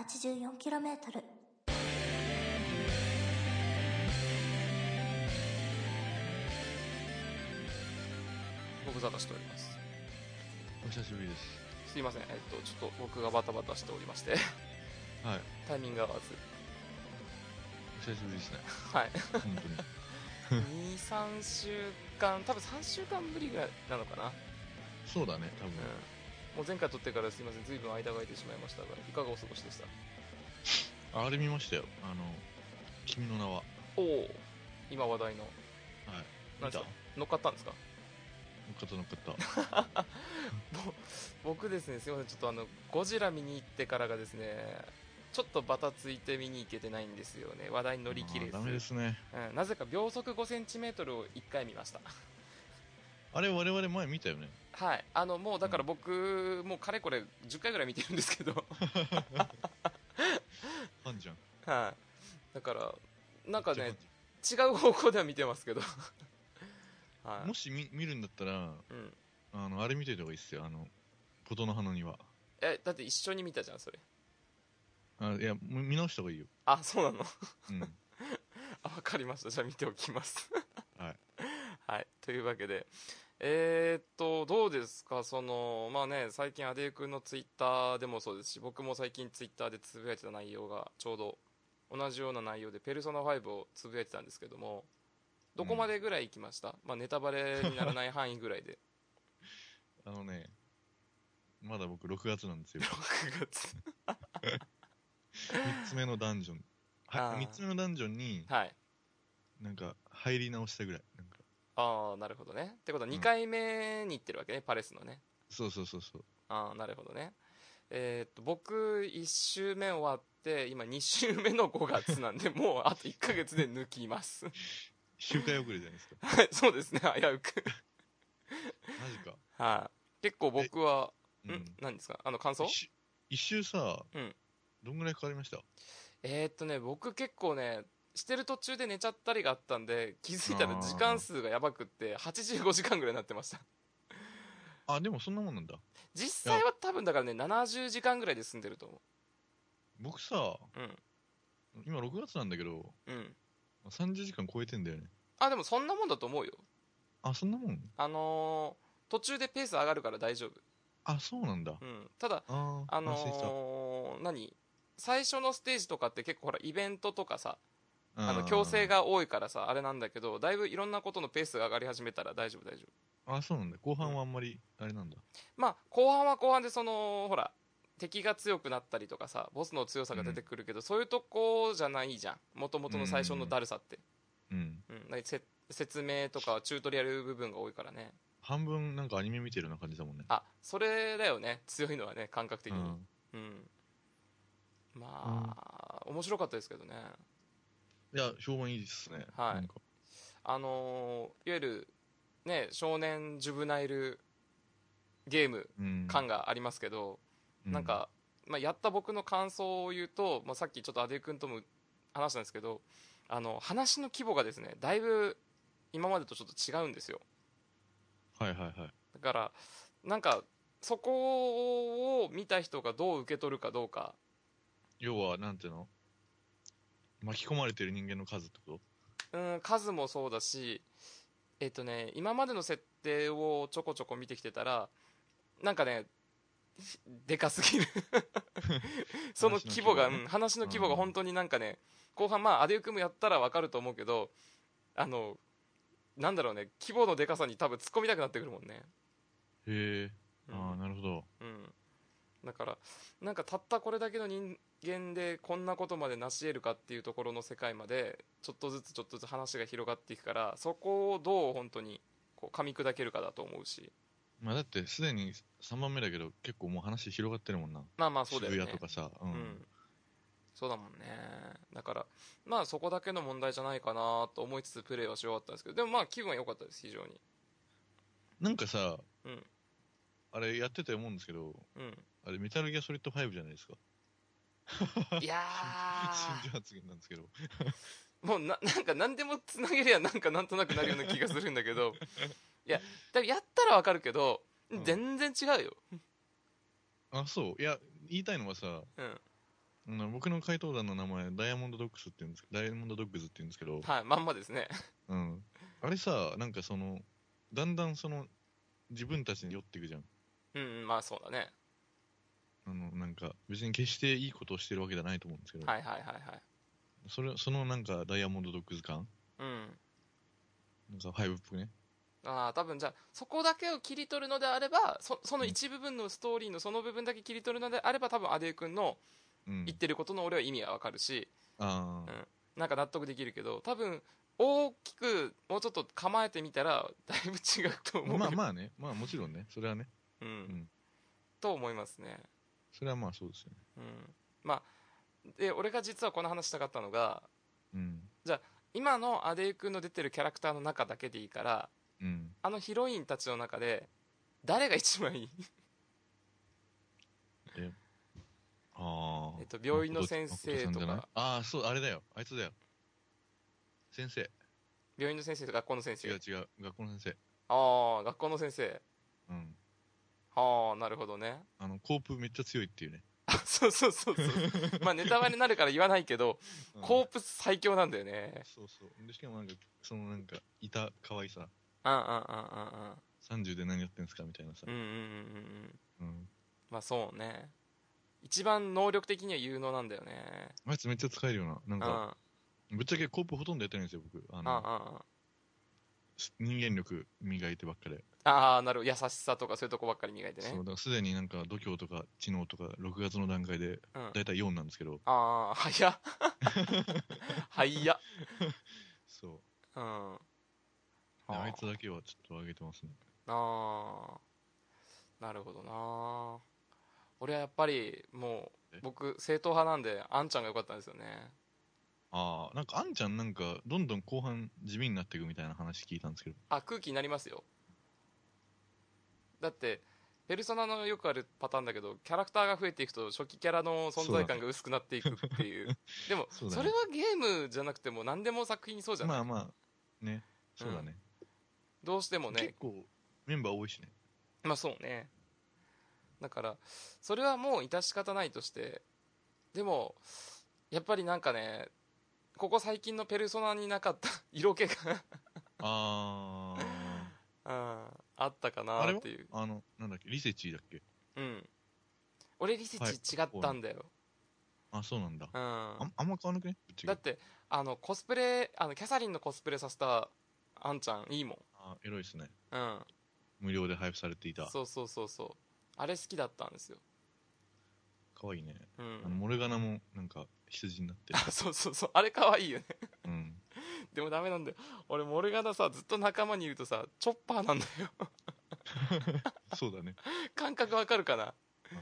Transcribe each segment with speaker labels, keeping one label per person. Speaker 1: 84km
Speaker 2: ご無沙汰しております
Speaker 3: お久しぶりです。
Speaker 2: すいませんえっとちょっと僕がバタバタしておりまして
Speaker 3: はい。
Speaker 2: タイミング合わず
Speaker 3: お久しぶりですね。
Speaker 2: はい
Speaker 3: 本当に。
Speaker 2: 23週間多分3週間ぶりぐらいなのかな、
Speaker 3: そうだね、多分
Speaker 2: うん。、もう前回撮ってからすいません随分間が空いてしまいましたがいかがお過ごしでした
Speaker 3: ああれ見ましたよ。あの、君の名は。は
Speaker 2: おお今話題の
Speaker 3: い。
Speaker 2: 何
Speaker 3: 見
Speaker 2: です
Speaker 3: た
Speaker 2: か乗っかったんですか
Speaker 3: 乗っかった乗っかった。
Speaker 2: ぼ僕ですねすいませんちょっとあのゴジラ見に行ってからがですねちょっとバタついて見に行けてないんですよね話題に乗り切れ
Speaker 3: あ
Speaker 2: ず
Speaker 3: ーダメですね。
Speaker 2: うん、なぜか秒速 5cm を1回見ました
Speaker 3: あれ、我々前見たよね。
Speaker 2: はい、あのもうだから僕、もうかれこれ10回ぐらい見てるんですけど、
Speaker 3: ファンじゃん。
Speaker 2: はい、だから、なんか
Speaker 3: めっ
Speaker 2: ね
Speaker 3: ち、
Speaker 2: 違う方向では見てますけど、
Speaker 3: ゃファンじゃ
Speaker 2: は
Speaker 3: んもし見見るんだったら、
Speaker 2: いうん、
Speaker 3: あの、あれ見といた方がいいっすよ。あの、ことの葉の庭。
Speaker 2: えだって一緒に見たじゃん、それ、
Speaker 3: あいや、もう見直した方がいいよ。
Speaker 2: あそうなの、
Speaker 3: うん。
Speaker 2: あ分かりました、じゃあ見ておきます。
Speaker 3: はい。
Speaker 2: はい、というわけで、えーっと、どうですか、その、まあね、最近、アデイ君のツイッターでもそうですし、僕も最近、ツイッターでつぶやいてた内容が、ちょうど同じような内容で、ペルソナ5をつぶやいてたんですけども、どこまでぐらい行きました、まあ、ネタバレにならない範囲ぐらいで、
Speaker 3: あのね、まだ僕6月なんですよ。
Speaker 2: 6月。
Speaker 3: 3つ目のダンジョン。
Speaker 2: あ
Speaker 3: は
Speaker 2: ー
Speaker 3: い、3つ目のダンジョンに、
Speaker 2: はい。
Speaker 3: なんか、入り直したぐらい。なんか、
Speaker 2: ああ、なるほどね。ってことは、
Speaker 3: ん
Speaker 2: 2回目に行ってるわけね、パレスのね。
Speaker 3: そうそうそうそう。
Speaker 2: ああ、なるほどね。えーっと、僕、1週目終わって、今、2週目の5月なん で、もう、あと1ヶ月で抜きます。
Speaker 3: 周回遅れじゃないですか。
Speaker 2: はい、そうですね、危うく。
Speaker 3: マジ か。
Speaker 2: はい。結構僕は、
Speaker 3: うん
Speaker 2: ん何ですかあの、感想
Speaker 3: 一周一周さ、
Speaker 2: うん
Speaker 3: どんぐらいかかりました
Speaker 2: えーっとね、僕結構ね、してる途中で寝ちゃったりがあったんで、気づいたら
Speaker 3: あー
Speaker 2: 時間数がやばくって、85時間ぐらいになってました。
Speaker 3: あでもそんなもんなんだ
Speaker 2: 実際は多分だからね、70時間ぐらいで済んでると思
Speaker 3: 僕さ
Speaker 2: う。うん。
Speaker 3: 今6月なんだけど
Speaker 2: うん。
Speaker 3: 30時間超えてんだよね
Speaker 2: あ、でもそんなもんだと思うよ。
Speaker 3: あそんなもん
Speaker 2: あのー途中でペース上がるから大丈夫。
Speaker 3: あそうなんだ
Speaker 2: うん。ただ、
Speaker 3: あー
Speaker 2: あ
Speaker 3: 安心した
Speaker 2: のー何最初のステージとかって結構ほら、イベントとかさ、あ
Speaker 3: あ
Speaker 2: の
Speaker 3: ー
Speaker 2: 強制が多いからさあれなんだけどだいぶいろんなことのペースが上がり始めたら大丈夫大丈夫
Speaker 3: あそうなんだ後半はあんまりあれなんだ
Speaker 2: まあ後半は後半でそのほら敵が強くなったりとかさボスの強さが出てくるけど、そういうとこじゃないじゃんもともとの最初のだるさって、
Speaker 3: うん
Speaker 2: うんだからせ説明とかチュートリアル部分が多いからね
Speaker 3: 半分なんかアニメ見てるような感じだもんね
Speaker 2: あそれだよね強いのはね感覚的
Speaker 3: う
Speaker 2: に
Speaker 3: ん
Speaker 2: うん、まあ、面白かったですけどね
Speaker 3: いや評判いいですね
Speaker 2: はい
Speaker 3: なんか
Speaker 2: あのーいわゆるね少年ジュブナイルゲーム
Speaker 3: うん
Speaker 2: 感がありますけど、
Speaker 3: う
Speaker 2: なんか、まあ、やった僕の感想を言うと、まあ、さっきちょっとアデ君とも話したんですけどあの話の規模がですねだいぶ今までとちょっと違うんですよ
Speaker 3: はいはいはい
Speaker 2: だからなんかそこを見た人がどう受け取るかどうか
Speaker 3: 要はなんていうの巻き込まれてる人間の数ってこ
Speaker 2: うん数もそうだしえっとね今までの設定をちょこちょこ見てきてたらなんかねでかすぎ るその規模がうん話の規模が本当になんかね後半まあアデュー君もやったらわかると思うけどあのなんだろうね規模のでかさに多分突っ込みたくなってくるもんね、
Speaker 3: とへえ
Speaker 2: うん
Speaker 3: ああなるほど
Speaker 2: うん、だからなんかたったこれだけの人間でこんなことまで成し得るかっていうところの世界までちょっとずつちょっとずつ話が広がっていくからそこをどう本当にこう噛み砕けるかだと思うし
Speaker 3: まあだってすでに3番目だけど結構もう話広がってるもんな
Speaker 2: まあまあそうだよね
Speaker 3: 渋谷とかさ、うん
Speaker 2: うん、そうだもんねだからまあそこだけの問題じゃないかなと思いつつプレーはし終わったんですけどでもまあ気分は良かったです非常に
Speaker 3: なんかさ、
Speaker 2: うん
Speaker 3: あれやってたと思うんですけど
Speaker 2: う
Speaker 3: あれメタルギアソリッド5じゃないですか
Speaker 2: んいや
Speaker 3: 新発言なんですけど
Speaker 2: ーもうななんか何でもつなげりゃなんかなんとなくなるような気がするんだけ どいやだからやったらわかるけど
Speaker 3: うん
Speaker 2: 全然違うよ
Speaker 3: あそういや言いたいのはさ
Speaker 2: うん
Speaker 3: うん僕の回答団の名前、ダイヤモンドドッグスって言うんですけど、ダイヤモンドドッグスって言うんですけど、
Speaker 2: はい、まんまですね。
Speaker 3: うん。あれさ、なんかその、だんだんその、自分たちに酔っていくじゃん。
Speaker 2: うんうん、まあそうだね。
Speaker 3: あの、なんか、別に決していいことをしてるわけじゃないと思うんですけど、
Speaker 2: はいはいはいはい。
Speaker 3: それ、そのなんか、ダイヤモンドドッグス感
Speaker 2: うん。
Speaker 3: なんか、ファイブっぽくね。
Speaker 2: ああ、多分じゃあ、そこだけを切り取るのであれば、そその一部分のストーリーのその部分だけ切り取るのであれば、多分アデュー君の
Speaker 3: うん
Speaker 2: 言っ。てることの俺は意味がわかるし、
Speaker 3: ああ、
Speaker 2: なんか納得できるけど、多分大きくもうちょっと構えてみたら、だいぶ違うと思う。
Speaker 3: まあまあね。まあもちろんね。それはね。
Speaker 2: うん。
Speaker 3: ん
Speaker 2: と思いますね。
Speaker 3: それはまあそうですよね。
Speaker 2: うん。まあ、で、俺が実はこの話したかったのが、
Speaker 3: うん。
Speaker 2: 今のアデュー君の出てるキャラクターの中だけでいいから、
Speaker 3: うん。
Speaker 2: あのヒロインたちの中で、誰が一番いい
Speaker 3: ああ。
Speaker 2: えっと病院の先生とか
Speaker 3: 誠さんじゃないああ、そう、あれだよ。あいつだよ。先生。
Speaker 2: 病院の先生と学校の先
Speaker 3: 違
Speaker 2: 生
Speaker 3: う違う。学校の先
Speaker 2: ああ学校の先生
Speaker 3: 生。うん。
Speaker 2: ああなるほどね
Speaker 3: あの、コープめっちゃ強いっていうね。
Speaker 2: そうそうそう そうまあネタバレになるから言わないけど、
Speaker 3: うん
Speaker 2: コープ最強なんだよね
Speaker 3: そうそう。で、しかもなんか、そのなんか、いた可愛さ。
Speaker 2: うんうん
Speaker 3: 30で何やってんすかみたいなさ
Speaker 2: うんうんうんうん。うんうんうんうん
Speaker 3: うん。
Speaker 2: まあそうね一番能力的には有能なんだよね
Speaker 3: あいつめっちゃ使えるよな。なん
Speaker 2: うんうんうん
Speaker 3: か、ぶっちゃけコープほとんどやってないんですよ、僕。あ
Speaker 2: うん
Speaker 3: の、人間力磨いてばっかで。
Speaker 2: ああなるほど優しさとかそういうとこばっかり磨いて
Speaker 3: そう、
Speaker 2: ね
Speaker 3: だからすでになんか度胸とか知能とか、6月の段階で、
Speaker 2: うん
Speaker 3: だいたい4なんですけど、
Speaker 2: ああ早っ早っ
Speaker 3: そう。
Speaker 2: うんあ
Speaker 3: であい
Speaker 2: ー
Speaker 3: つだけはちょっと上げてますね。
Speaker 2: ああなるほどな俺はやっぱりもう
Speaker 3: え
Speaker 2: 僕正統派なんであんちゃんが良かったんですよね
Speaker 3: ああ、なんかあんちゃんなんか、どんどん後半地味になっていくみたいな話聞いたんですけど。
Speaker 2: あ空気になりますよだってペルソナのよくあるパターンだけどキャラクターが増えていくと初期キャラの存在感が薄くなっていくっていうでも
Speaker 3: そうだね
Speaker 2: それはゲームじゃなくても何でも作品そうじゃない、
Speaker 3: まあまあ、ね。そうだね。
Speaker 2: どうしてもね
Speaker 3: 結構、メンバー多いしね。
Speaker 2: まあそうねだからそれはもう致し方ないとしてでもやっぱりなんかねここ最近のペルソナになかった 色気が
Speaker 3: あ あ。
Speaker 2: ああったか
Speaker 3: あ
Speaker 2: な
Speaker 3: れ
Speaker 2: っ
Speaker 3: は
Speaker 2: ていう
Speaker 3: あの、なんだっけ、リセチーだっけ
Speaker 2: うん俺リセチ違ったんだよ、
Speaker 3: あ、そうなんだ。あ
Speaker 2: うん
Speaker 3: んあんま変わんなくねぶっち
Speaker 2: だ
Speaker 3: ゃ
Speaker 2: っ
Speaker 3: け。
Speaker 2: てあのコスプレあのキャサリンのコスプレさせたあんちゃんいいもん
Speaker 3: あエロいっすね。
Speaker 2: うん
Speaker 3: 無料で配布されていた。
Speaker 2: そうそうそうそうあれ好きだったんですよ
Speaker 3: かわいいね。
Speaker 2: う
Speaker 3: あの
Speaker 2: ん
Speaker 3: モルガナも、なんか、羊に なって。
Speaker 2: あ そうそうそうあれ可愛いよね
Speaker 3: うん。
Speaker 2: でもダメなんだよ俺モルガナさずっと仲間にいるとさチョッパーなんだよ
Speaker 3: そうだね。
Speaker 2: 感覚わかるかな
Speaker 3: うん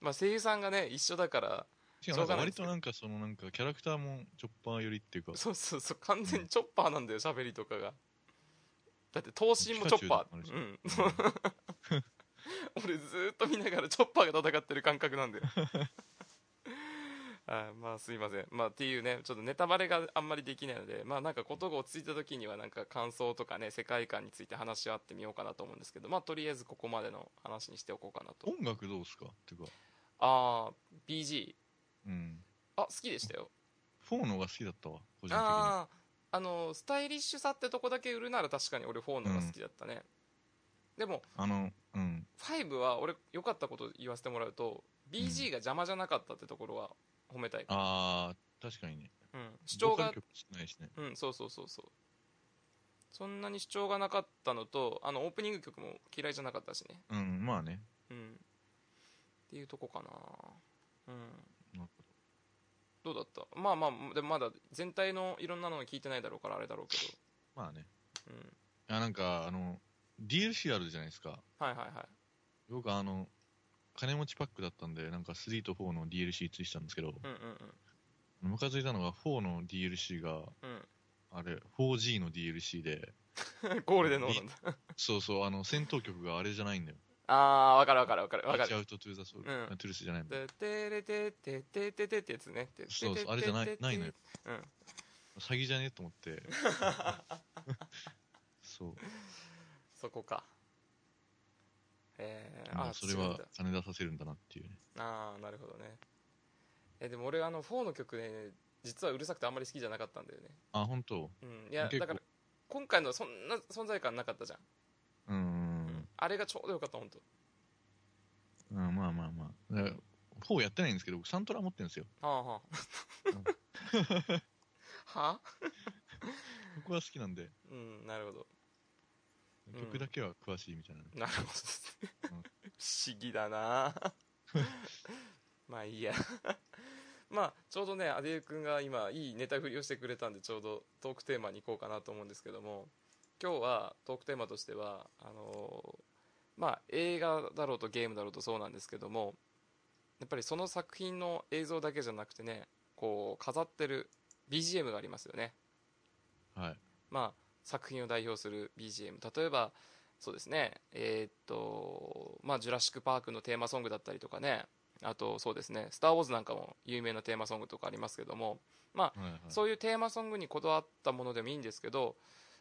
Speaker 2: まあ声優さんがね一緒だから
Speaker 3: しか
Speaker 2: しょう
Speaker 3: もなんか
Speaker 2: がないで
Speaker 3: 割
Speaker 2: すけ
Speaker 3: と
Speaker 2: ど
Speaker 3: なんか、そのなんか、キャラクターもチョッパー寄りっていうか、
Speaker 2: そうそうそう完全にチョッパーなんだよ喋りとかがだって頭身もチョッパ
Speaker 3: ピカ
Speaker 2: ー
Speaker 3: チ
Speaker 2: う
Speaker 3: ュウ
Speaker 2: ん俺ずーっと見ながらチョッパーが戦ってる感覚なんだよ あーまあすいませんまあっていうねちょっとネタバレがあんまりできないのでまあなんかことが落ち着いた時にはなんか感想とかね世界観について話し合ってみようかなと思うんですけどまあとりあえずここまでの話にしておこうかなと
Speaker 3: 音楽どうっすかっていうか、
Speaker 2: ああ BG
Speaker 3: うん。
Speaker 2: あ好きでしたよ
Speaker 3: 4のが好きだったわ、個人的に。
Speaker 2: あああのスタイリッシュさってとこだけ売るなら確かに俺4の方が好きだったね、でも
Speaker 3: あの、うん。
Speaker 2: 5は俺良かったこと言わせてもらうと BG が邪魔じゃなかったってところは褒めたい、
Speaker 3: あー、確かにね。
Speaker 2: うん主張
Speaker 3: ボー
Speaker 2: が
Speaker 3: カル曲少ないしね。
Speaker 2: うんそうそうそうそうそんなに主張がなかったのとあのオープニング曲も嫌いじゃなかったしね
Speaker 3: うん、まあね。
Speaker 2: うんっていうとこかなうん
Speaker 3: なる
Speaker 2: ど
Speaker 3: ほ
Speaker 2: うだったまあまあでもまだ全体のいろんなの聞いてないだろうからあれだろうけ
Speaker 3: まあね。
Speaker 2: ど、うん、
Speaker 3: あなんか、あの、DLC あるじゃないですか。
Speaker 2: はいはいはい
Speaker 3: 僕あの金持ちパックだったんでなんか3と4の DLC ついてたんですけど
Speaker 2: うんうん
Speaker 3: ムカついたのが4の DLC が
Speaker 2: うん
Speaker 3: あれ 4G の DLC で
Speaker 2: うんゴールデンの方なんだ
Speaker 3: そうそうあの戦闘曲があれじゃないんだよ
Speaker 2: あー、わかるわかるわかるわか
Speaker 3: チ
Speaker 2: る。
Speaker 3: アウトトゥーザソウル、
Speaker 2: うん
Speaker 3: あトゥルスじゃないんだ
Speaker 2: ててれてててててってやつね。て
Speaker 3: そうそうあれじゃないないのよ。
Speaker 2: てててて
Speaker 3: 詐欺じゃねえと思って そう
Speaker 2: そこか。えー、
Speaker 3: ま
Speaker 2: あ
Speaker 3: あそれ
Speaker 2: 違うん
Speaker 3: は
Speaker 2: だ
Speaker 3: 金出させるんだなっていうね
Speaker 2: あー、なるほどね。えでも俺あの4の曲ね実はうるさくてあんまり好きじゃなかったんだよね、
Speaker 3: あ、本当
Speaker 2: うん、いや
Speaker 3: 結
Speaker 2: だ
Speaker 3: 構
Speaker 2: から今回のそんな存在感なかったじゃん、
Speaker 3: うーん。
Speaker 2: あれがちょうどよかった本当
Speaker 3: うん、まあまあまあ。だから4やってないんですけど、僕サントラ持ってるんですよ。
Speaker 2: はあはあ はあ
Speaker 3: 僕は好きなんで、
Speaker 2: うんなるほどうん
Speaker 3: 曲だけは詳しいみたい
Speaker 2: な
Speaker 3: な。
Speaker 2: るほどですね不思議だなまあいいや まあちょうどねアデュー君が今いいネタ振りをしてくれたんでちょうどトークテーマに行こうかなと思うんですけども今日はトークテーマとしてはあのーまあ映画だろうとゲームだろうとそうなんですけどもやっぱりその作品の映像だけじゃなくてねこう飾ってる BGM がありますよね
Speaker 3: はい。
Speaker 2: まあ、作品を代表する BGM 例えばそうですねえーっとまあ「ジュラシック・パーク」のテーマソングだったりとかねあとそうですね「スター・ウォーズ」なんかも有名なテーマソングとかありますけども
Speaker 3: はいはい。
Speaker 2: そういうテーマソングにこだわったものでもいいんですけど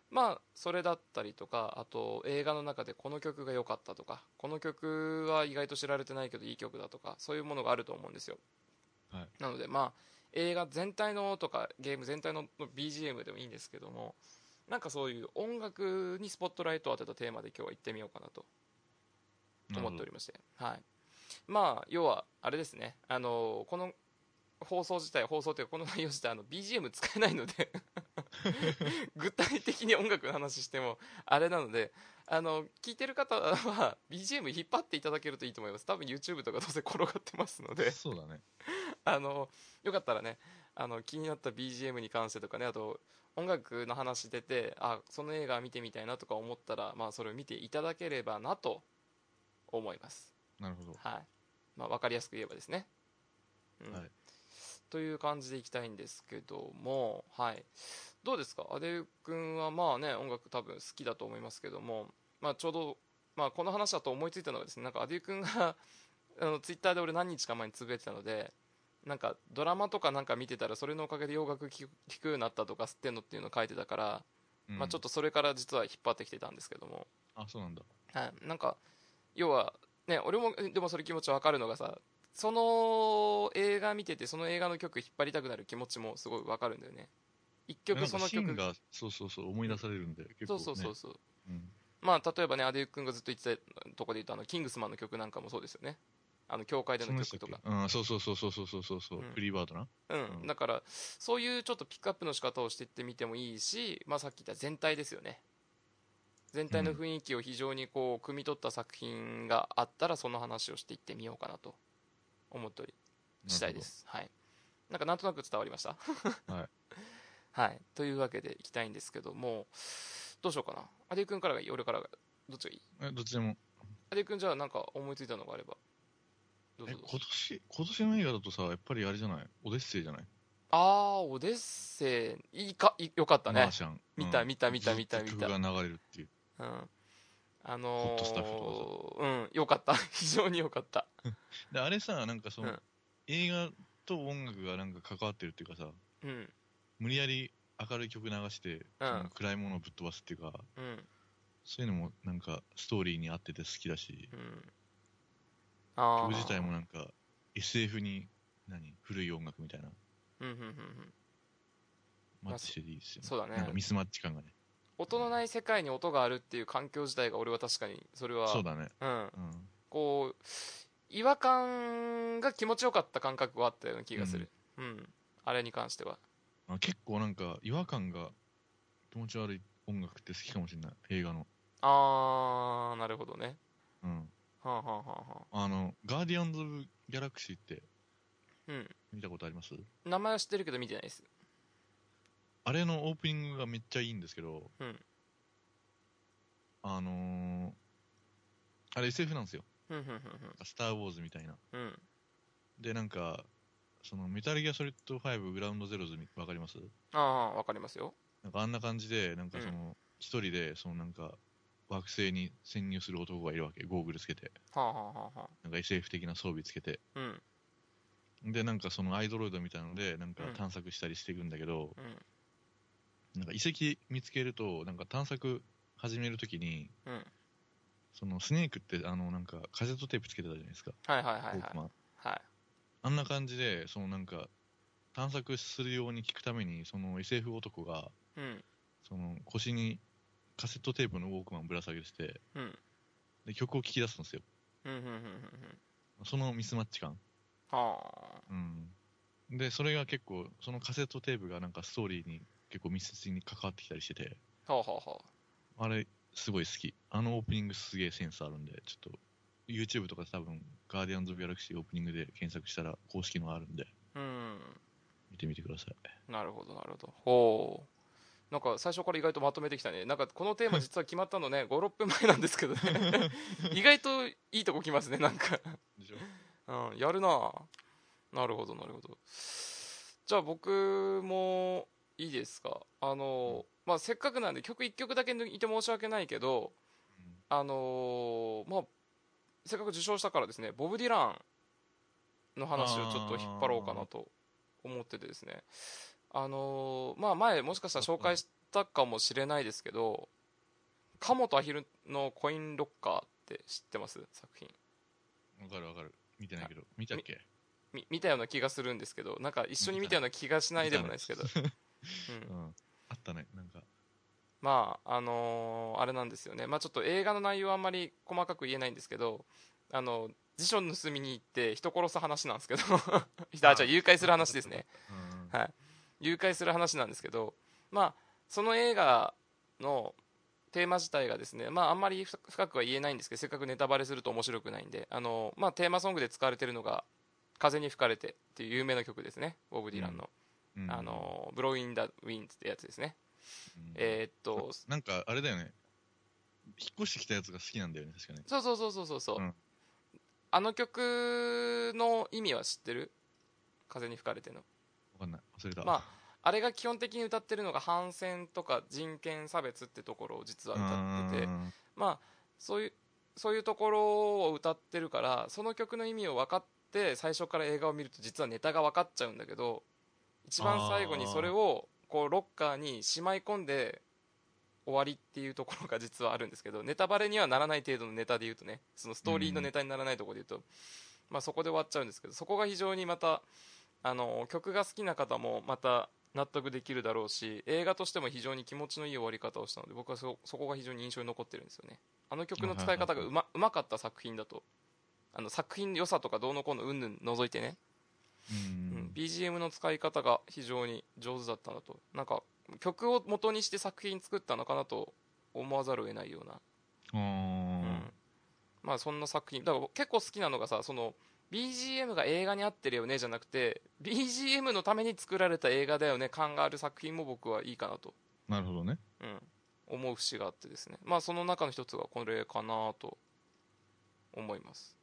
Speaker 2: まあそれだったりとかあと映画の中でこの曲が良かったとかこの曲は意外と知られてないけどいい曲だとかそういうものがあると思うんですよ、
Speaker 3: はい
Speaker 2: なのでまあ映画全体のとかゲーム全体の BGM でもいいんですけどもなんかそういう音楽にスポットライトを当てたテーマで今日は行ってみようかなと
Speaker 3: なる
Speaker 2: 思
Speaker 3: ほ
Speaker 2: って
Speaker 3: ど
Speaker 2: おりまして、はい、まあ要はあれですねあのこの放送自体放送というかこの内容自体あの BGM 使えないので 具体的に音楽の話してもあれなのであの聞いてる方は BGM 引っ張っていただけるといいと思います多分 YouTube とかどうせ転がってますので
Speaker 3: そうだね。
Speaker 2: あのよかったらねあの気になった BGM に関してとかねあと音楽の話出てあその映画見てみたいなとか思ったら、まあ、それを見ていただければなと思います
Speaker 3: なるほど。
Speaker 2: はいまあ、分かりやすく言えばですね、うん
Speaker 3: はい
Speaker 2: という感じでいきたいんですけども、はい、どうですか阿部君はまあね音楽多分好きだと思いますけども、まあ、ちょうど、まあ、この話だと思いついたのがですねなんか阿部君が あのツイッターで俺何日か前につぶやいてたのでなんかドラマとかなんか見てたらそれのおかげで洋楽聴く聴くようになったとか吸ってんのっていうのを書いてたから、
Speaker 3: うん
Speaker 2: まあ、ちょっとそれから実は引っ張ってきてたんですけども
Speaker 3: あ、そうなんだ。
Speaker 2: はい、なんか要はね俺もでもそれ気持ちわかるのがさその映画見ててその映画の曲引っ張りたくなる気持ちもすごいわかるんだよね一曲その
Speaker 3: なんかシー
Speaker 2: 曲
Speaker 3: ンが、そうそうそう、思い出されるんで、結構、
Speaker 2: そう
Speaker 3: ね。
Speaker 2: そうそうそう、
Speaker 3: うん。
Speaker 2: まあ例えばねアデュー君がずっと言ってたとこで言うとあのキングスマンの曲なんかもそうですよねあの教会で
Speaker 3: そ
Speaker 2: の
Speaker 3: うで
Speaker 2: 曲とか
Speaker 3: うん、そうそうそうそうそうそうそうそう、
Speaker 2: うん
Speaker 3: フリーバードな。
Speaker 2: うん、
Speaker 3: うん
Speaker 2: だからそういうちょっとピックアップの仕方をしていってみてもいいし、まあ、さっき言った全体ですよね全体の雰囲気を非常にこう汲み取った作品があったらその話をしていってみようかなと思っておりしたいですはいなんかなんとなく伝わりました
Speaker 3: はい、
Speaker 2: はい、というわけでいきたいんですけどもどうしようかなアデュー君からがいい俺からがどっちがいい
Speaker 3: え、どっちでも。
Speaker 2: アデュー君じゃあなんか思いついたのがあればどう
Speaker 3: え、
Speaker 2: ぞ
Speaker 3: 今
Speaker 2: どうぞ
Speaker 3: 年、今年の映画だとさ、やっぱりあれじゃないオデッセイじゃない
Speaker 2: ああオデッセイいいかいよかった
Speaker 3: マ
Speaker 2: ね
Speaker 3: ーシャン。
Speaker 2: 見た
Speaker 3: うん
Speaker 2: 見た見た見た
Speaker 3: ずっと
Speaker 2: 見た
Speaker 3: 曲が流れるっていう。
Speaker 2: うんあの
Speaker 3: ホットスタッフ
Speaker 2: ーうん、よかった。 非常によかった。
Speaker 3: で、あれさ、なんかその、
Speaker 2: うん
Speaker 3: 映画と音楽がなんか関わってるっていうかさ、
Speaker 2: うん、
Speaker 3: 無理やり明るい曲流して、
Speaker 2: うん
Speaker 3: その暗いものをぶっ飛ばすっていうか、
Speaker 2: うん、
Speaker 3: そういうのもなんかストーリーに合ってて好きだし、
Speaker 2: うん。ああ。
Speaker 3: 曲自体もなんか SF に何古い音楽みたいな
Speaker 2: うん、うん、うんうん。
Speaker 3: マッチしてていいですよね。
Speaker 2: そうだ
Speaker 3: なんか
Speaker 2: ね
Speaker 3: ミ。スマッチ感がね。
Speaker 2: 音のない世界に音があるっていう環境自体が俺は確かに、それは、
Speaker 3: そうだね。
Speaker 2: うん。
Speaker 3: うん。
Speaker 2: こう、違和感が気持ちよかった感覚はあったような気がする。うん。あれに関しては。
Speaker 3: あ結構なんか違和感が気持ち悪い音楽って好きかもしれない。映画の。
Speaker 2: あー、なるほどね。
Speaker 3: うん。
Speaker 2: はあ、はあはあはあ、
Speaker 3: あの、ガーディアンズ・オブ・ギャラクシーって
Speaker 2: うん。
Speaker 3: 見たことあります
Speaker 2: 名前は知ってるけど見てないです。
Speaker 3: あれのオープニングがめっちゃいいんですけど、
Speaker 2: うん
Speaker 3: あのー、あれ SF なんですよ。
Speaker 2: うん、うん、うん
Speaker 3: スター・ウォーズみたいな。
Speaker 2: うん、うん。
Speaker 3: で、なんか、そのメタルギアソリッド5グラウンドゼロズみわかります
Speaker 2: ああ、わかりますよ。
Speaker 3: なんかあんな感じで、なんかその、一、人で、そのなんか、惑星に潜入する男がいるわけ。ゴーグルつけて。
Speaker 2: はあ、はあはあはあ、
Speaker 3: なんか SF 的な装備つけて。
Speaker 2: うん、
Speaker 3: で、なんかそのアイドロイドみたいなので、なんか
Speaker 2: うん
Speaker 3: 探索したりしていくんだけど、
Speaker 2: うん。
Speaker 3: なんか遺跡見つけると、なんか探索始めるときに、
Speaker 2: うん
Speaker 3: そのスネークって、あの、なんかカセットテープつけてたじゃないですか。
Speaker 2: はいはいはいはい
Speaker 3: ウォークマン
Speaker 2: はい
Speaker 3: あんな感じで、そのなんか、探索するように聞くために、その SF 男が、
Speaker 2: うん
Speaker 3: その腰にカセットテープのウォークマンぶら下げてて、
Speaker 2: うん
Speaker 3: で曲を聴き出すんですよ。
Speaker 2: うんうんうんうんうん
Speaker 3: そのミスマッチ感。
Speaker 2: は
Speaker 3: うん。で、それが結構、そのカセットテープがなんかストーリーに結構密接に関わってきたりしてて、
Speaker 2: あはあはあは
Speaker 3: あれ、すごい好き。あのオープニングすげえセンスあるんで、ちょっと、YouTube とか多分、ガーディアンズ・オブ・ギャラクシーオープニングで検索したら公式のあるんで、
Speaker 2: あうん
Speaker 3: 見てみてください。
Speaker 2: なるほどなるほどほうなんか最初から意外とまとめてきたねなんかこのテーマ実は決まったのね56分前なんですけどね意外といいとこ来ますねなんか
Speaker 3: でしょ
Speaker 2: うん、やるななるほどなるほどじゃあ僕もいいですかあの、まあ、せっかくなんで曲1曲だけ抜いて申し訳ないけどあのーまあせっかく受賞したからですねボブ・ディランの話をちょっと引っ張ろうかなと思っててですねあのーまあ前もしかしたら紹介したかもしれないですけど「カモとアヒルのコインロッカー」って知ってます作品
Speaker 3: わかるわかる。見てないけど。見たっけ
Speaker 2: み見たような気がするんですけどなんか一緒に見たような気がしないでもないですけど、うん
Speaker 3: うん。あったね、なんか。
Speaker 2: まああのーあれなんですよねまあちょっと映画の内容はあんまり細かく言えないんですけどあの辞書盗みに行って人殺す話なんですけど あじゃあ誘拐する話ですね
Speaker 3: うん
Speaker 2: はい誘拐する話なんですけどまあその映画のテーマ自体がですねまああんまりふ深くは言えないんですけどせっかくネタバレすると面白くないんであのまあテーマソングで使われてるのが「風に吹かれて」っていう有名な曲ですねボブ・ディランの、
Speaker 3: うん
Speaker 2: あ、のブローイン・ダ・ウィンズってやつですね、
Speaker 3: うん
Speaker 2: えーっと
Speaker 3: なんかあれだよね。引っ越してきたやつが好きなんだよね、確かね。
Speaker 2: そうそうそうそうそうそう、
Speaker 3: うん
Speaker 2: あの曲の意味は知ってる風に吹かれての
Speaker 3: わかんない。忘れた。
Speaker 2: まあれが基本的に歌ってるのが反戦とか人権差別ってところを実は歌ってて
Speaker 3: うん
Speaker 2: まあそういうそういうところを歌ってるからその曲の意味を分かって最初から映画を見ると実はネタが分かっちゃうんだけど一番最後にそれをこうロッカーにしまい込んで終わりっていうところが実はあるんですけどネタバレにはならない程度のネタで言うとねそのストーリーのネタにならないところで言うと、まあ、そこで終わっちゃうんですけどそこが非常にまたあの曲が好きな方もまた納得できるだろうし映画としても非常に気持ちのいい終わり方をしたので僕はそそこが非常に印象に残ってるんですよねあの曲の使い方がうまうまかった作品だとあの作品の良さとかどうのこうのうんぬん除いてね
Speaker 3: うん
Speaker 2: うん、BGM の使い方が非常に上手だったなとなんか曲を元にして作品作ったのかなと思わざるを得ないような、
Speaker 3: あ
Speaker 2: う
Speaker 3: ー
Speaker 2: まあそんな作品だから結構好きなのがさその BGM が映画に合ってるよねじゃなくて BGM のために作られた映画だよね感がある作品も僕はいいかなと、
Speaker 3: なるほどね。
Speaker 2: うん、思う節があってですねまあその中の一つがこれかなと思います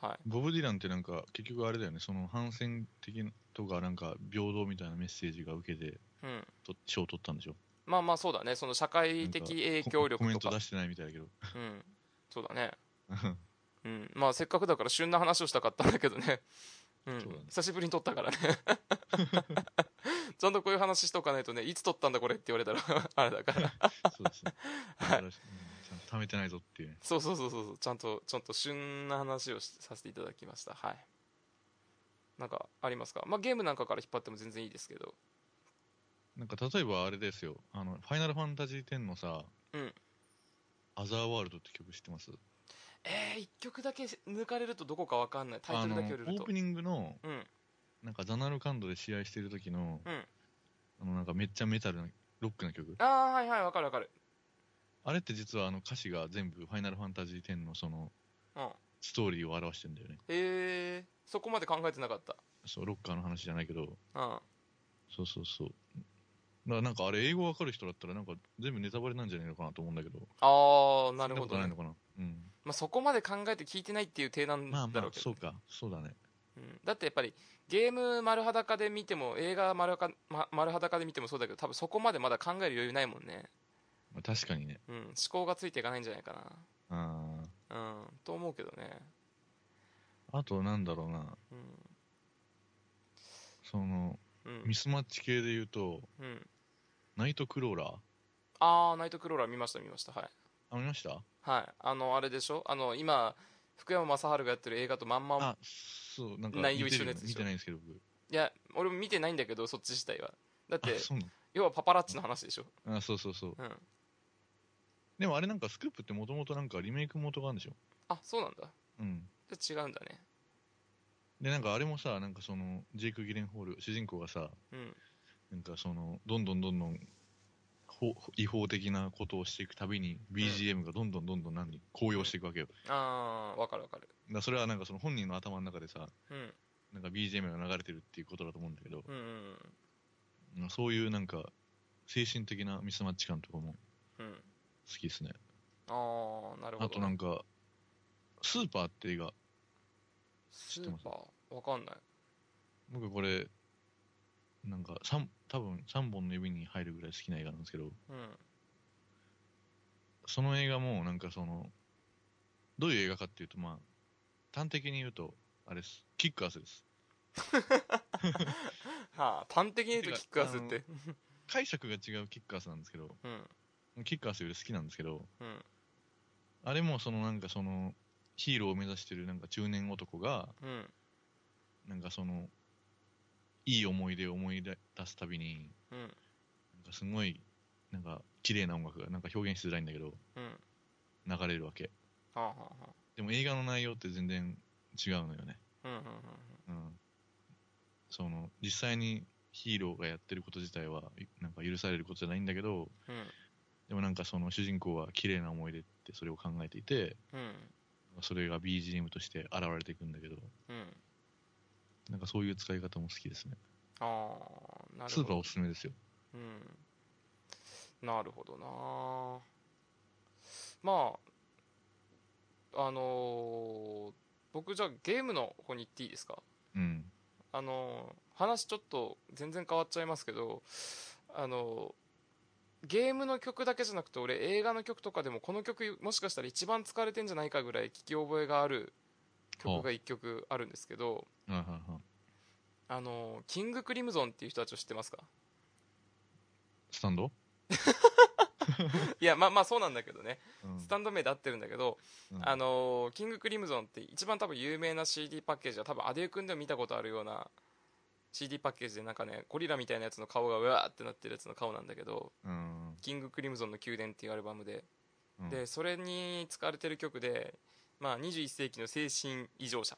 Speaker 2: はい
Speaker 3: ボブ・ディランってなんか、結局あれだよね、その反戦的なとか、なんか平等みたいなメッセージが受けて、
Speaker 2: うん
Speaker 3: と賞を取ったんでしょ
Speaker 2: まあまあそうだねその社会的影響
Speaker 3: ココメ
Speaker 2: 力
Speaker 3: ン
Speaker 2: と
Speaker 3: ト
Speaker 2: か
Speaker 3: 出してないみた いだけど。
Speaker 2: うんそうだね
Speaker 3: う
Speaker 2: う
Speaker 3: ん
Speaker 2: ん、まあせっかくだから旬な話をしたかったんだけどね,、うん
Speaker 3: そうだね
Speaker 2: 久しぶりに撮ったからね ちゃんとこういう話しておかないとねいつ撮ったんだこれって言われたら あれだから
Speaker 3: そうですね。
Speaker 2: はい
Speaker 3: うんちゃんと貯めてないぞっていうね。
Speaker 2: そうそうそうそうそうちゃんとちゃんと旬な話をしさせていただきましたはいなんかありますか、まあ、ゲームなんかから引っ張っても全然いいですけど
Speaker 3: なんか例えばあれですよ、あの、ファイナルファンタジー10のさ、
Speaker 2: うん
Speaker 3: アザーワールドって曲知ってます
Speaker 2: えー、1曲だけ抜かれるとどこか分かんないタイトルだけ
Speaker 3: あ
Speaker 2: 売
Speaker 3: の
Speaker 2: れる
Speaker 3: オー
Speaker 2: と
Speaker 3: プニングの、
Speaker 2: うん
Speaker 3: なんかザナルカンドで試合してる時の、
Speaker 2: うん
Speaker 3: あのなんかめっちゃメタルなロックな曲
Speaker 2: ああはいはい分かる分かる
Speaker 3: あれって実はあの歌詞が全部「ファイナルファンタジー10」のその
Speaker 2: うん
Speaker 3: ストーリーを表してんだよね
Speaker 2: へえそこまで考えてなかった
Speaker 3: そうロッカーの話じゃないけど
Speaker 2: うん
Speaker 3: そうそうそうだからなんかあれ英語わかる人だったらなんか全部ネタバレなんじゃないのかなと思うんだけど
Speaker 2: ああなるほ
Speaker 3: そんなこと
Speaker 2: ど、
Speaker 3: な
Speaker 2: ね
Speaker 3: いの、かなうん
Speaker 2: まあ、そこまで考えて聞いてないっていう体なん
Speaker 3: まあ
Speaker 2: だ
Speaker 3: ま
Speaker 2: ろ
Speaker 3: あ
Speaker 2: うけど、
Speaker 3: そうかそうだね
Speaker 2: うんだってやっぱりゲーム丸裸で見ても映画丸裸,、ま、丸裸で見てもそうだけど多分そこまでまだ考える余裕ないもんね、
Speaker 3: まあ確かにね
Speaker 2: うん、思考がついていかないんじゃないか
Speaker 3: あ
Speaker 2: なうんと思うけどね、
Speaker 3: ーあとなんだろうなその
Speaker 2: うんうん
Speaker 3: ミスマッチ系で言うと
Speaker 2: うん、
Speaker 3: ナイトクローラー
Speaker 2: ああナイトクローラー見ました見ましたはい
Speaker 3: あ見ました
Speaker 2: はいあのあれでしょあの今福山雅治がやってる映画とまんま
Speaker 3: あ、そう、なんか
Speaker 2: 内容
Speaker 3: 見て
Speaker 2: 一
Speaker 3: る
Speaker 2: 緒のやつでしょ
Speaker 3: 見てないんですけど、僕。
Speaker 2: いや俺も見てないんだけどそっち自体はだって
Speaker 3: あ、そうな
Speaker 2: 要はパパラッチの話でしょ
Speaker 3: のあ、そうそうそう。
Speaker 2: うん
Speaker 3: でもあれなんかスクープってもともとなんかリメイク元があるんでしょ
Speaker 2: あそうなんだ
Speaker 3: うん。
Speaker 2: じゃあ違うんだね
Speaker 3: で、なんかあれもさ、なんかその、ジェイク・ギレンホール、主人公がさ、
Speaker 2: うん
Speaker 3: なんかその、どんどんどんどん、ほ違法的なことをしていくたびに、BGM がどんどんどんどん何、高揚していくわけよ。だか
Speaker 2: あーわかるわかる
Speaker 3: らそれはなんかその本人の頭の中でさ、
Speaker 2: うん
Speaker 3: なんか BGM が流れてるっていうことだと思うんだけど、
Speaker 2: うんうん
Speaker 3: まあそういうなんか、精神的なミスマッチ感とかも
Speaker 2: うんうん
Speaker 3: 好きですね。
Speaker 2: ああなるほど、ね、
Speaker 3: あとなんか、スーパーって映画、
Speaker 2: ス
Speaker 3: 知って
Speaker 2: ー
Speaker 3: ます
Speaker 2: パーわかんない
Speaker 3: 僕これ、なんか三多分3本の指に入るぐらい好きな映画なんですけど、
Speaker 2: うん
Speaker 3: その映画もなんかその、どういう映画かっていうと、まあ、端的に言うと、あれです、キックアスです。
Speaker 2: はあ端的に言うとキックアスって
Speaker 3: 解釈が違うキックアスなんですけど、
Speaker 2: うん
Speaker 3: キックアスより好きなんですけど、
Speaker 2: うん
Speaker 3: あれもそのなんかその、ヒーローを目指してるなんか中年男が、
Speaker 2: うん
Speaker 3: なんかその、いい思い出を思い出すたびに、
Speaker 2: うん
Speaker 3: なんかすごい、なんか綺麗な音楽が、なんか表現しづらいんだけど、
Speaker 2: うんは
Speaker 3: 流れるわけ。
Speaker 2: あはあはあ
Speaker 3: でも映画の内容って全然違うのよね。
Speaker 2: うんうんうん
Speaker 3: うん。その、実際にヒーローがやってること自体は、いなんか許されることじゃないんだけど、
Speaker 2: うん
Speaker 3: でもなんかその主人公は綺麗な思い出ってそれを考えていて、
Speaker 2: うん
Speaker 3: それが BGM として現れていくんだけど、
Speaker 2: うん
Speaker 3: なんかそういう使い方も好きですね。
Speaker 2: ああなるほど
Speaker 3: スーパーおすすめですよ。
Speaker 2: うん、なるほどなまああのー僕じゃあゲームの方に行っていいですか
Speaker 3: うん。
Speaker 2: あのー話ちょっと全然変わっちゃいますけどあのーゲームの曲だけじゃなくて俺映画の曲とかでもこの曲もしかしたら一番疲れてんじゃないかぐらい聞き覚えがある曲が1曲あるんですけど
Speaker 3: はいはいはい。
Speaker 2: あのーキングクリムゾンっていう人たちを知ってますか
Speaker 3: スタンド、
Speaker 2: いやまあまあそうなんだけどね
Speaker 3: うん、
Speaker 2: スタンド名で合ってるんだけど、
Speaker 3: うん
Speaker 2: あのーキングクリムゾンって一番多分有名な CD パッケージは多分アデュー君でも見たことあるような CD パッケージでなんかねゴリラみたいなやつの顔がうわーってなってるやつの顔なんだけど
Speaker 3: うん。
Speaker 2: キングクリムゾンの宮殿っていうアルバムで、
Speaker 3: うん
Speaker 2: でそれに使われてる曲で、まあ、21世紀の精神異常者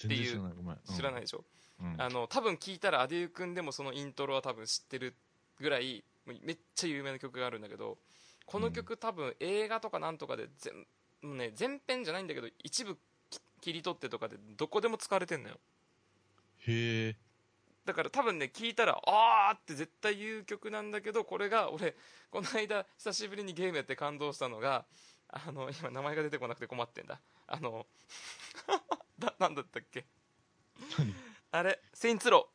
Speaker 3: 全然知らない、ごめん。
Speaker 2: 知らない
Speaker 3: い。
Speaker 2: でしょ、
Speaker 3: うん
Speaker 2: あの多分聞いたらアデュー君でもそのイントロは多分知ってるぐらいもうめっちゃ有名な曲があるんだけどこの曲多分映画とかなんとかで全,、もうね、全編じゃないんだけど一部き切り取ってとかでどこでも使われてんのよ
Speaker 3: へえ。
Speaker 2: だから多分ね聞いたら「あー!」って絶対言う曲なんだけどこれが俺この間久しぶりにゲームやって感動したのがあの今名前が出てこなくて困ってんだあの だなんだったっけ
Speaker 3: 何
Speaker 2: あれ「セインツロ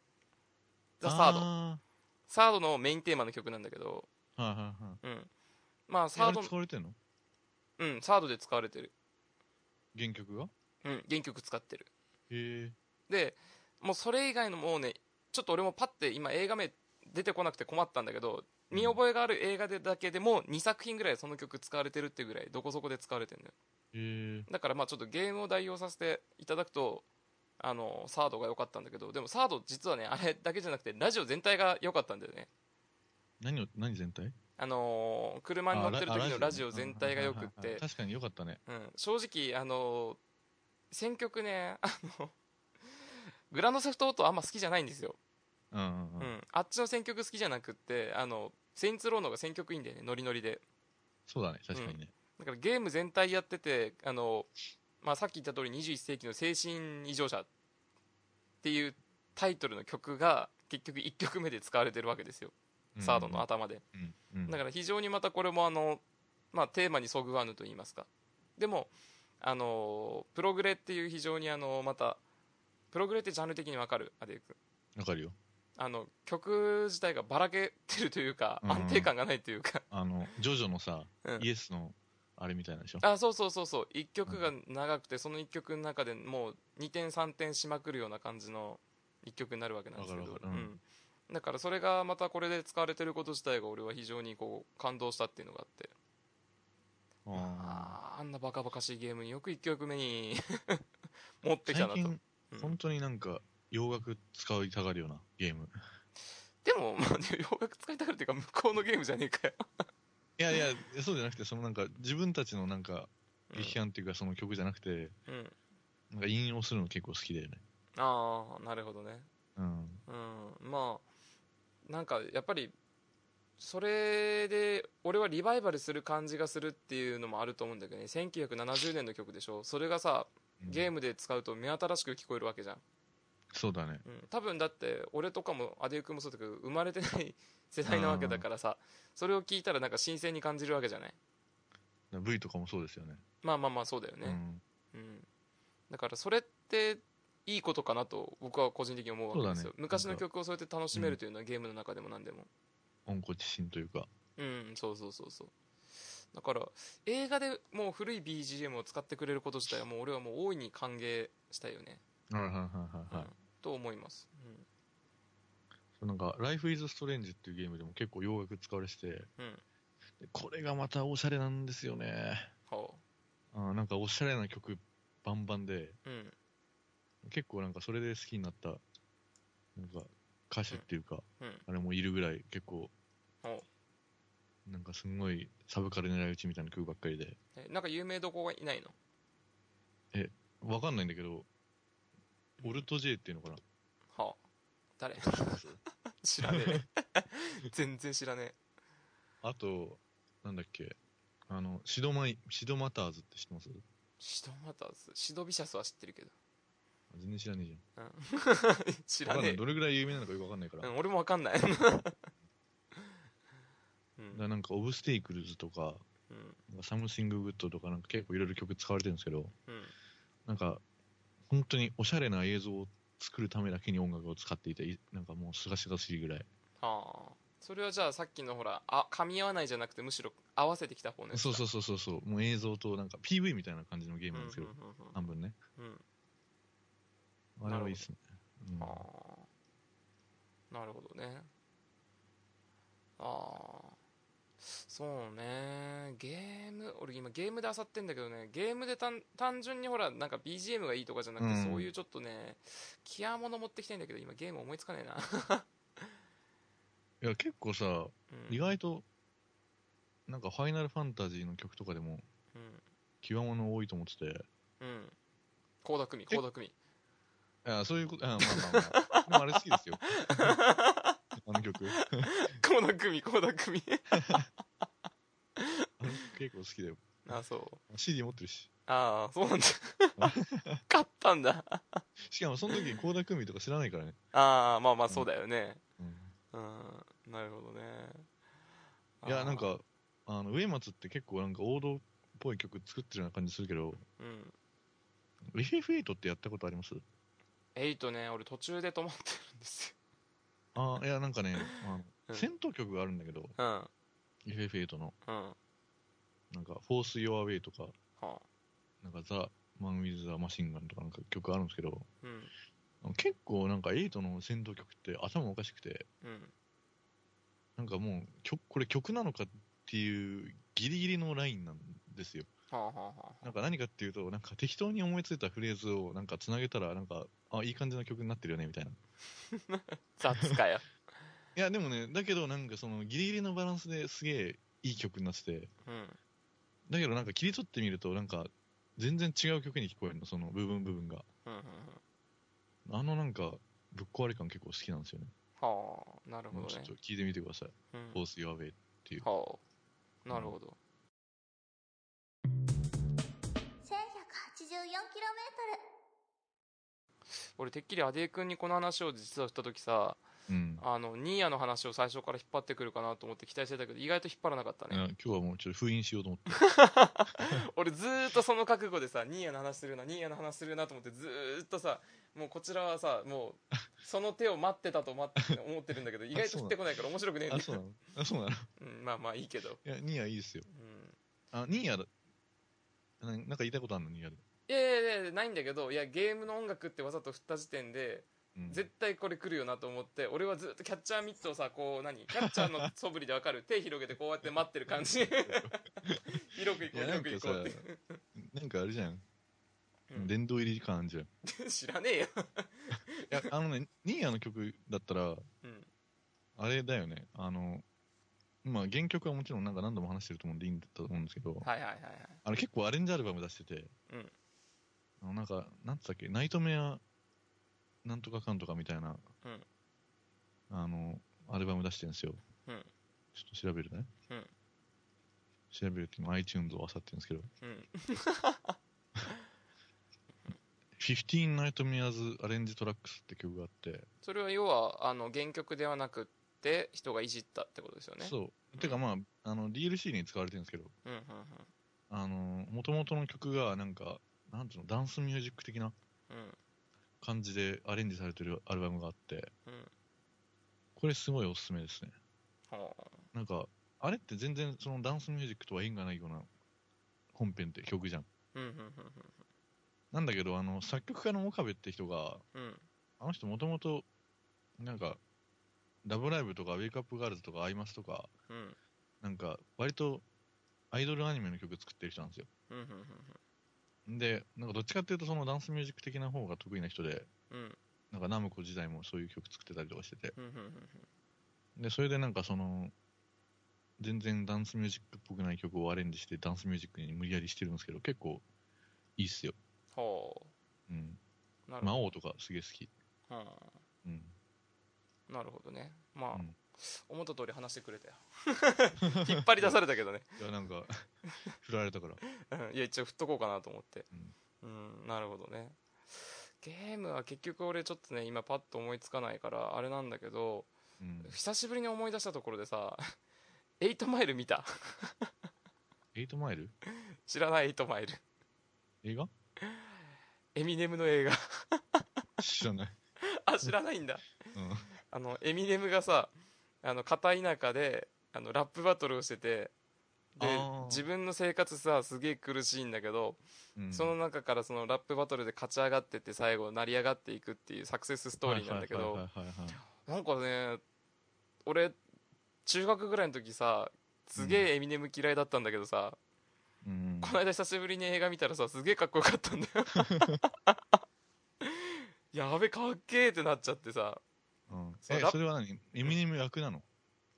Speaker 2: ー」ザ・サード
Speaker 3: あ
Speaker 2: サードのメインテーマの曲なんだけど、
Speaker 3: ーはいはいはい。
Speaker 2: うん。まあ、
Speaker 3: え
Speaker 2: サー
Speaker 3: あれ
Speaker 2: ド、
Speaker 3: 使われてんの
Speaker 2: うん、サードで使われてる。
Speaker 3: 原曲が
Speaker 2: うん、原曲使ってる。
Speaker 3: へえ。
Speaker 2: で、もうそれ以外のもうね、ちょっと俺もパッて今映画名出てこなくて困ったんだけど、見覚えがある映画でだけでも2作品ぐらいその曲使われてるってぐらい、どこそこで使われてるのよ。
Speaker 3: へえ。
Speaker 2: だからまあちょっとゲームを代用させていただくと、あの、サードが良かったんだけど、でもサード実はね、あれだけじゃなくて、ラジオ全体が良かったんだよね。
Speaker 3: 何を、何全体
Speaker 2: あのー車に乗ってる時のラジオ全体が良くっ
Speaker 3: あラジオね
Speaker 2: て、
Speaker 3: うんはいはいはい確かに良かったね。
Speaker 2: うん、正直、あの選曲ね、あの、グランドセフトオートあんま好きじゃないんですよ。
Speaker 3: うんうん
Speaker 2: う
Speaker 3: うん。
Speaker 2: ん。あっちの選曲好きじゃなくって、あの、セインツローの方が選曲いいんだよね、ノリノリで。
Speaker 3: そうだね、確かにね。
Speaker 2: だからゲーム全体やってて、あの、まあ、さっき言った通り21世紀の精神異常者っていうタイトルの曲が結局1曲目で使われてるわけですよ。
Speaker 3: うん
Speaker 2: サードの。頭で。
Speaker 3: うんうん。
Speaker 2: だから非常にまたこれもあの、まあ、テーマにそぐわぬと言いますかでもあのプログレっていう非常にあのまたプログレってジャンル的にわかるアデイ君
Speaker 3: わかるよ。
Speaker 2: あの曲自体がばらけてるというか
Speaker 3: うん
Speaker 2: 安定感がないというか、
Speaker 3: あの、ジョジョのさ、
Speaker 2: うん
Speaker 3: イエスの、あれみたいなんでしょ。
Speaker 2: あそうそうそうそう1曲が長くてその1曲の中でもう2点3点しまくるような感じの1曲になるわけなんですけど
Speaker 3: わかるわかるうん
Speaker 2: うんだからそれがまたこれで使われてること自体が俺は非常にこう感動したっていうのがあって
Speaker 3: あ
Speaker 2: あんなバカバカしいゲームによく1曲目に 持ってきた
Speaker 3: 最
Speaker 2: なと、
Speaker 3: 近、
Speaker 2: うん
Speaker 3: 本当になんか、洋楽使いたがるようなゲーム。
Speaker 2: でも、まあ、でも洋楽使いたがるっていうか向こうのゲームじゃねえかよ、
Speaker 3: いやいや、そうじゃなくて、そのなんか、自分たちのなんか、
Speaker 2: うん
Speaker 3: 批判っていうか、その曲じゃなくて、
Speaker 2: うん、
Speaker 3: なんか引用するの結構好きだよね。
Speaker 2: ああなるほどね
Speaker 3: うん。
Speaker 2: うんまあなんかやっぱりそれで俺はリバイバルする感じがするっていうのもあると思うんだけどね1970年の曲でしょそれがさゲー
Speaker 3: ム。
Speaker 2: ムで使うと目新しく聞こえるわけじゃん、
Speaker 3: そうだね。
Speaker 2: うん、多分だって俺とかもアデュー君もそうだけど生まれてない 世代なわけだからさそれを聞いたらなんか新鮮に感じるわけじゃない
Speaker 3: V とかもそうですよね。
Speaker 2: まあまあまあそうだよ
Speaker 3: う
Speaker 2: ね、
Speaker 3: ん。
Speaker 2: うんだからそれっていいことかなと僕は個人的に思うわけです
Speaker 3: そう
Speaker 2: よ、
Speaker 3: だね
Speaker 2: 昔の曲をそうやって楽しめるというのはゲームの中でも何でも
Speaker 3: 温故知新というか。
Speaker 2: うんそうそうそうそうだから映画でもう古い BGM を使ってくれること自体はもう俺はもう大いに歓迎したいよね、
Speaker 3: はいはいはいはい。はい
Speaker 2: うんと思います、う
Speaker 3: そうなんか、Life is Strange っていうゲームでも結構洋楽使われてて、
Speaker 2: んうん
Speaker 3: でこれがまたおしゃれなんですよね。
Speaker 2: は
Speaker 3: あなんかおしゃれな曲バンバンで、
Speaker 2: あうん
Speaker 3: 結構なんかそれで好きになった、なんか歌手っていうか、
Speaker 2: うん
Speaker 3: あれもいるぐらい結構
Speaker 2: お、
Speaker 3: なんかすごいサブカル狙い撃ちみたいな曲ばっかりで、
Speaker 2: えなんか有名どこがいないの
Speaker 3: わかんないんだけど、オルト J っていうのかな
Speaker 2: はあ 誰知らねえ全然知らね
Speaker 3: あと、なんだっけ、あの、シドマイ、シドマターズって知ってます
Speaker 2: えシドマターズシドビシャスは知ってるけど
Speaker 3: 全然知らねえ じ
Speaker 2: 知
Speaker 3: ゃん。わ
Speaker 2: ら
Speaker 3: かんな
Speaker 2: ね
Speaker 3: い。どれぐらい有名なのかよくわかんないか
Speaker 2: え
Speaker 3: ら。
Speaker 2: う
Speaker 3: だか
Speaker 2: ん俺もわかん ないうん
Speaker 3: らなんか、オブステイクルズとか、
Speaker 2: うん
Speaker 3: なんかサムシンググッドとか、なんか結構いろいろ曲使われてるんですけど、
Speaker 2: うん
Speaker 3: なんか、本当におしゃれな映像を作るためだけに音楽を使っていて、いなんかもうすがすがしいぐらい。
Speaker 2: はあそれはじゃあさっきのほらあ噛み合わないじゃなくてむしろ合わせてきた方ね
Speaker 3: そうそうそうそうそう、もう映像となんか PV みたいな感じのゲームなんですけど、
Speaker 2: う
Speaker 3: 半分ね。
Speaker 2: んうんうんうん
Speaker 3: あれはいいっすね。うん
Speaker 2: ああなるほどねああそうねゲーム俺今ゲームで漁ってんだけどねゲームで単単純にほらなんか BGM がいいとかじゃなくて、
Speaker 3: うん
Speaker 2: そういうちょっとねキアもの持ってきたいんだけど今ゲーム思いつかねえな、
Speaker 3: いや、結構さ、
Speaker 2: うん
Speaker 3: 意外と、なんかファイナルファンタジーの曲とかでも、極物多いと思ってて、
Speaker 2: うんうん倖田來未倖田來未
Speaker 3: あそういうこと、あまあまあまあ、 でもあれ好きですよ。あの曲。あ
Speaker 2: 倖田來未倖田來未
Speaker 3: の曲結構好きだよ。
Speaker 2: あそう
Speaker 3: CD 持ってるし。
Speaker 2: ああそう なんだ買ったんだ
Speaker 3: しかもその 時、倖田來未とか知らないからね。
Speaker 2: ああまあまあそうだよね
Speaker 3: うん
Speaker 2: うんなるほどね
Speaker 3: い
Speaker 2: あ
Speaker 3: や、
Speaker 2: ー
Speaker 3: なんか、あの、植松って結構なんか王道っぽい曲作ってるような感じするけど、
Speaker 2: うん
Speaker 3: FF8 ってやったことあります
Speaker 2: 8ね俺途中で止まってるんです
Speaker 3: ああ、いや、なんかね、あ
Speaker 2: うん
Speaker 3: の戦闘曲があるんだけど、
Speaker 2: ようん
Speaker 3: FF8 の、
Speaker 2: うんは
Speaker 3: なんか、Force Your Way とか、
Speaker 2: あ
Speaker 3: なんか、The Man with the Machine Gun とかなんか曲あるんですけど、
Speaker 2: うん
Speaker 3: 結構なんか8の戦闘曲って頭おかしくて、
Speaker 2: うん
Speaker 3: なんかもう、曲、これ曲なのかっていうギリギリのラインなんですよ。
Speaker 2: はあはあはあ
Speaker 3: なんか何かっていうと、なんか適当に思いついたフレーズをなんか繋げたら、なんか、あ、いい感じの曲になってるよね、みたいな。
Speaker 2: 雑 かよ
Speaker 3: いや、でもね、だけどなんかそのギリギリのバランスですげえいい曲になってて、
Speaker 2: うん
Speaker 3: だけどなんか切り取ってみると、なんか全然違う曲に聞こえるの、その部分部分が。
Speaker 2: うんうんうん
Speaker 3: あのなんか、ぶっ壊れ感結構好きなんですよね。
Speaker 2: はあなるほ
Speaker 3: ち
Speaker 2: ど
Speaker 3: ょ
Speaker 2: ね
Speaker 3: っと聞いてみてください。
Speaker 2: うん
Speaker 3: フォース・ヨアウェイ。
Speaker 2: はあなるほど
Speaker 1: 1184km
Speaker 2: 俺てっきりアデイ君にこの話を実はした時さ
Speaker 3: うん。
Speaker 2: あのニーヤの話を最初から引っ張ってくるかなと思って期待してたけど意外と引っ張らなかった
Speaker 3: い
Speaker 2: ね
Speaker 3: や今日はもうちょっと封印しようと思って。
Speaker 2: 俺ずーっとその覚悟でさニーヤの話するなニーヤの話するなと思ってずーっとさもうこちらはさもうその手を待ってたと思って思ってるん だけど意外と振ってこないから面白くねえん
Speaker 3: あ、
Speaker 2: だ
Speaker 3: そうなのあ、そうなのい
Speaker 2: うん、まあまあいいけど、
Speaker 3: や、ニーヤいいですよ。
Speaker 2: うん、
Speaker 3: あ、ニーヤだ。ななんか言いたいことあるの、ニーヤで。
Speaker 2: いやいやいやないんだけどいやゲームの音楽ってわざと振った時点で
Speaker 3: うん
Speaker 2: 絶対これ来るよなと思って俺はずっとキャッチャーミ ットをさこう何キャッチャーの素振りでわかる手広げてこうやって待ってる感じ引っ広く 行こ
Speaker 3: いうや
Speaker 2: 広
Speaker 3: なん
Speaker 2: く
Speaker 3: か
Speaker 2: 行
Speaker 3: さ
Speaker 2: こうって、
Speaker 3: なんかあれじゃん
Speaker 2: うん
Speaker 3: 殿堂入り感あるじゃんい
Speaker 2: 知らねえよ、
Speaker 3: やあのねニーヤの曲だったら
Speaker 2: うん、
Speaker 3: あれだよねあのまあ原曲はもちろんなんか何度も話してると思うんでいいんだと思うんですけど、
Speaker 2: はいはいはいはい
Speaker 3: あれ結構アレンジアルバム出してて、
Speaker 2: うん
Speaker 3: あのなんか、なんつったっけ、ナイトメア、なんとかかんとかみたいな、
Speaker 2: うん
Speaker 3: あの、アルバム出してるんですよ。
Speaker 2: うん
Speaker 3: ちょっと調べるね。
Speaker 2: うん
Speaker 3: 調べるっていうのは iTunes を漁ってるんですけど、
Speaker 2: うん
Speaker 3: 15 Night Mears Arrange Tracks って曲があって、
Speaker 2: それは要はあの原曲ではなくって人がいじったってことですよねう、
Speaker 3: そう。てかまあ、あの、DLC に使われてるんですけど、
Speaker 2: うんうん
Speaker 3: あの、元々の曲がなんか、なんていうの、ダンスミュージック的な
Speaker 2: うんうん
Speaker 3: 感じでアレンジされてるアルバムがあって、
Speaker 2: うん
Speaker 3: これすごいおすすめですね。
Speaker 2: ほ
Speaker 3: なんか、あれって全然そのダンスミュージックとは縁がないような本編って曲じゃん。
Speaker 2: ううんうん
Speaker 3: なんだけど、あの、作曲家の岡部って人が、
Speaker 2: うんうん
Speaker 3: あの人もともと、なんか、ラブライブとか、ウェイクアップガールズとか、アイマスとか、
Speaker 2: うん
Speaker 3: なんか、割と、アイドルアニメの曲作ってる人なんですよ。
Speaker 2: うんうんうん
Speaker 3: で、なんかどっちかっていうと、そのダンスミュージック的な方が得意な人で、
Speaker 2: うん
Speaker 3: なんかナムコ時代もそういう曲作ってたりとかしてて、
Speaker 2: うんうんうん
Speaker 3: で、それでなんかその、全然ダンスミュージックっぽくない曲をアレンジして、ダンスミュージックに無理やりしてるんですけど、結構、いいっすよ。
Speaker 2: ほ
Speaker 3: うん。
Speaker 2: うなる
Speaker 3: 魔
Speaker 2: ほ
Speaker 3: 王とかすげえ好き。
Speaker 2: ど、
Speaker 3: うん。
Speaker 2: うん、なるほどねまあ、
Speaker 3: うん
Speaker 2: 思った通り話してくれたよ 引っ張り出されたけどね
Speaker 3: い や、なんか、振られたから。
Speaker 2: うんいや一応振っとこうかなと思って
Speaker 3: うん
Speaker 2: うん、なるほどねゲームは結局俺ちょっとね今パッと思いつかないからあれなんだけど
Speaker 3: うん。
Speaker 2: 久しぶりに思い出したところでさ 「8マイル」見た
Speaker 3: 8マイル
Speaker 2: 知らない8マイル
Speaker 3: 映画
Speaker 2: エミネムの映 画
Speaker 3: 知らない。
Speaker 2: あ知らないんだ
Speaker 3: うん。
Speaker 2: あのエミネムがさあの片田舎であのラップバトルをしててで
Speaker 3: あー
Speaker 2: 自分の生活さすげえ苦しいんだけど、
Speaker 3: うん
Speaker 2: その中からそのラップバトルで勝ち上がってって最後成り上がっていくっていうサクセスストーリーなんだけど、
Speaker 3: はいはいはいはいはい
Speaker 2: なんかね俺中学ぐらいの時さすげえエミネム嫌いだったんだけどさ、
Speaker 3: うん。
Speaker 2: この間久しぶりに映画見たらさすげえかっこよかったんだよ やべかっけえってなっちゃってさ
Speaker 3: うん
Speaker 2: そう
Speaker 3: え、
Speaker 2: ラ
Speaker 3: それは何エミネム役なの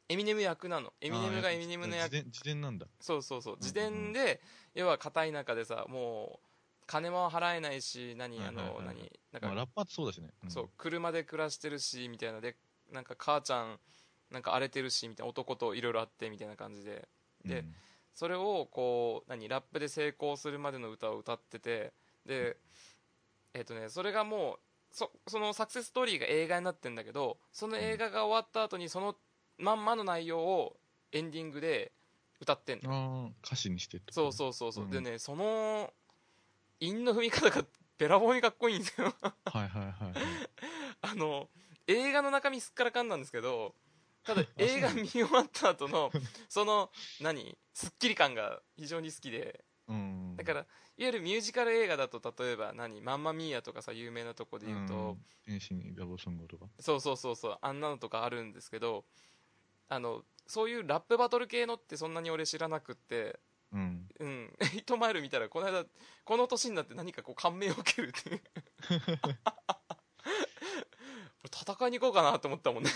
Speaker 2: エミネム役なのエミネムが
Speaker 3: あー
Speaker 2: エミネムの役
Speaker 3: 自伝自伝なんだ。
Speaker 2: そうそうそう
Speaker 3: うん
Speaker 2: 自伝で、要は片田舎でさもう金も払えないし何あ
Speaker 3: はいはい
Speaker 2: の
Speaker 3: はいはい
Speaker 2: 何なん
Speaker 3: まあ
Speaker 2: か
Speaker 3: ラッパーってそうだしね。ん
Speaker 2: そう。車で暮らしてるしみたいなでなんか母ちゃんなんか荒れてるしみたいな男といろいろあってみたいな感じでで
Speaker 3: うん
Speaker 2: それをこう何ラップで成功するまでの歌を歌っててでえっ、とねそれがもうそそのサクセスストーリーが映画になってんだけどその映画が終わった後にそのまんまの内容をエンディングで歌ってんの
Speaker 3: ああ、歌詞にしてってこと
Speaker 2: そうそうそうそう、
Speaker 3: うん
Speaker 2: でねその韻の踏み方が べらぼうにかっこいいんですよ
Speaker 3: はいはいはいはい。
Speaker 2: あの映画の中身すっからかんなんですけどた だ
Speaker 3: そう
Speaker 2: 映画見終わった後のその何すっきり感が非常に好きで
Speaker 3: うん。
Speaker 2: だからいわゆるミュージカル映画だと例えば何マンマミーアとかさ有名なとこで言うと、
Speaker 3: ん、天使にラブソングとか。
Speaker 2: そうそうそうそうあんなのとかあるんですけどあのそういうラップバトル系のってそんなに俺知らなくって
Speaker 3: うん。
Speaker 2: うん 「8マイル」見たらこの間この年になって何かこう感銘を受けるっていう 俺戦いに行こうかなと思ったもんね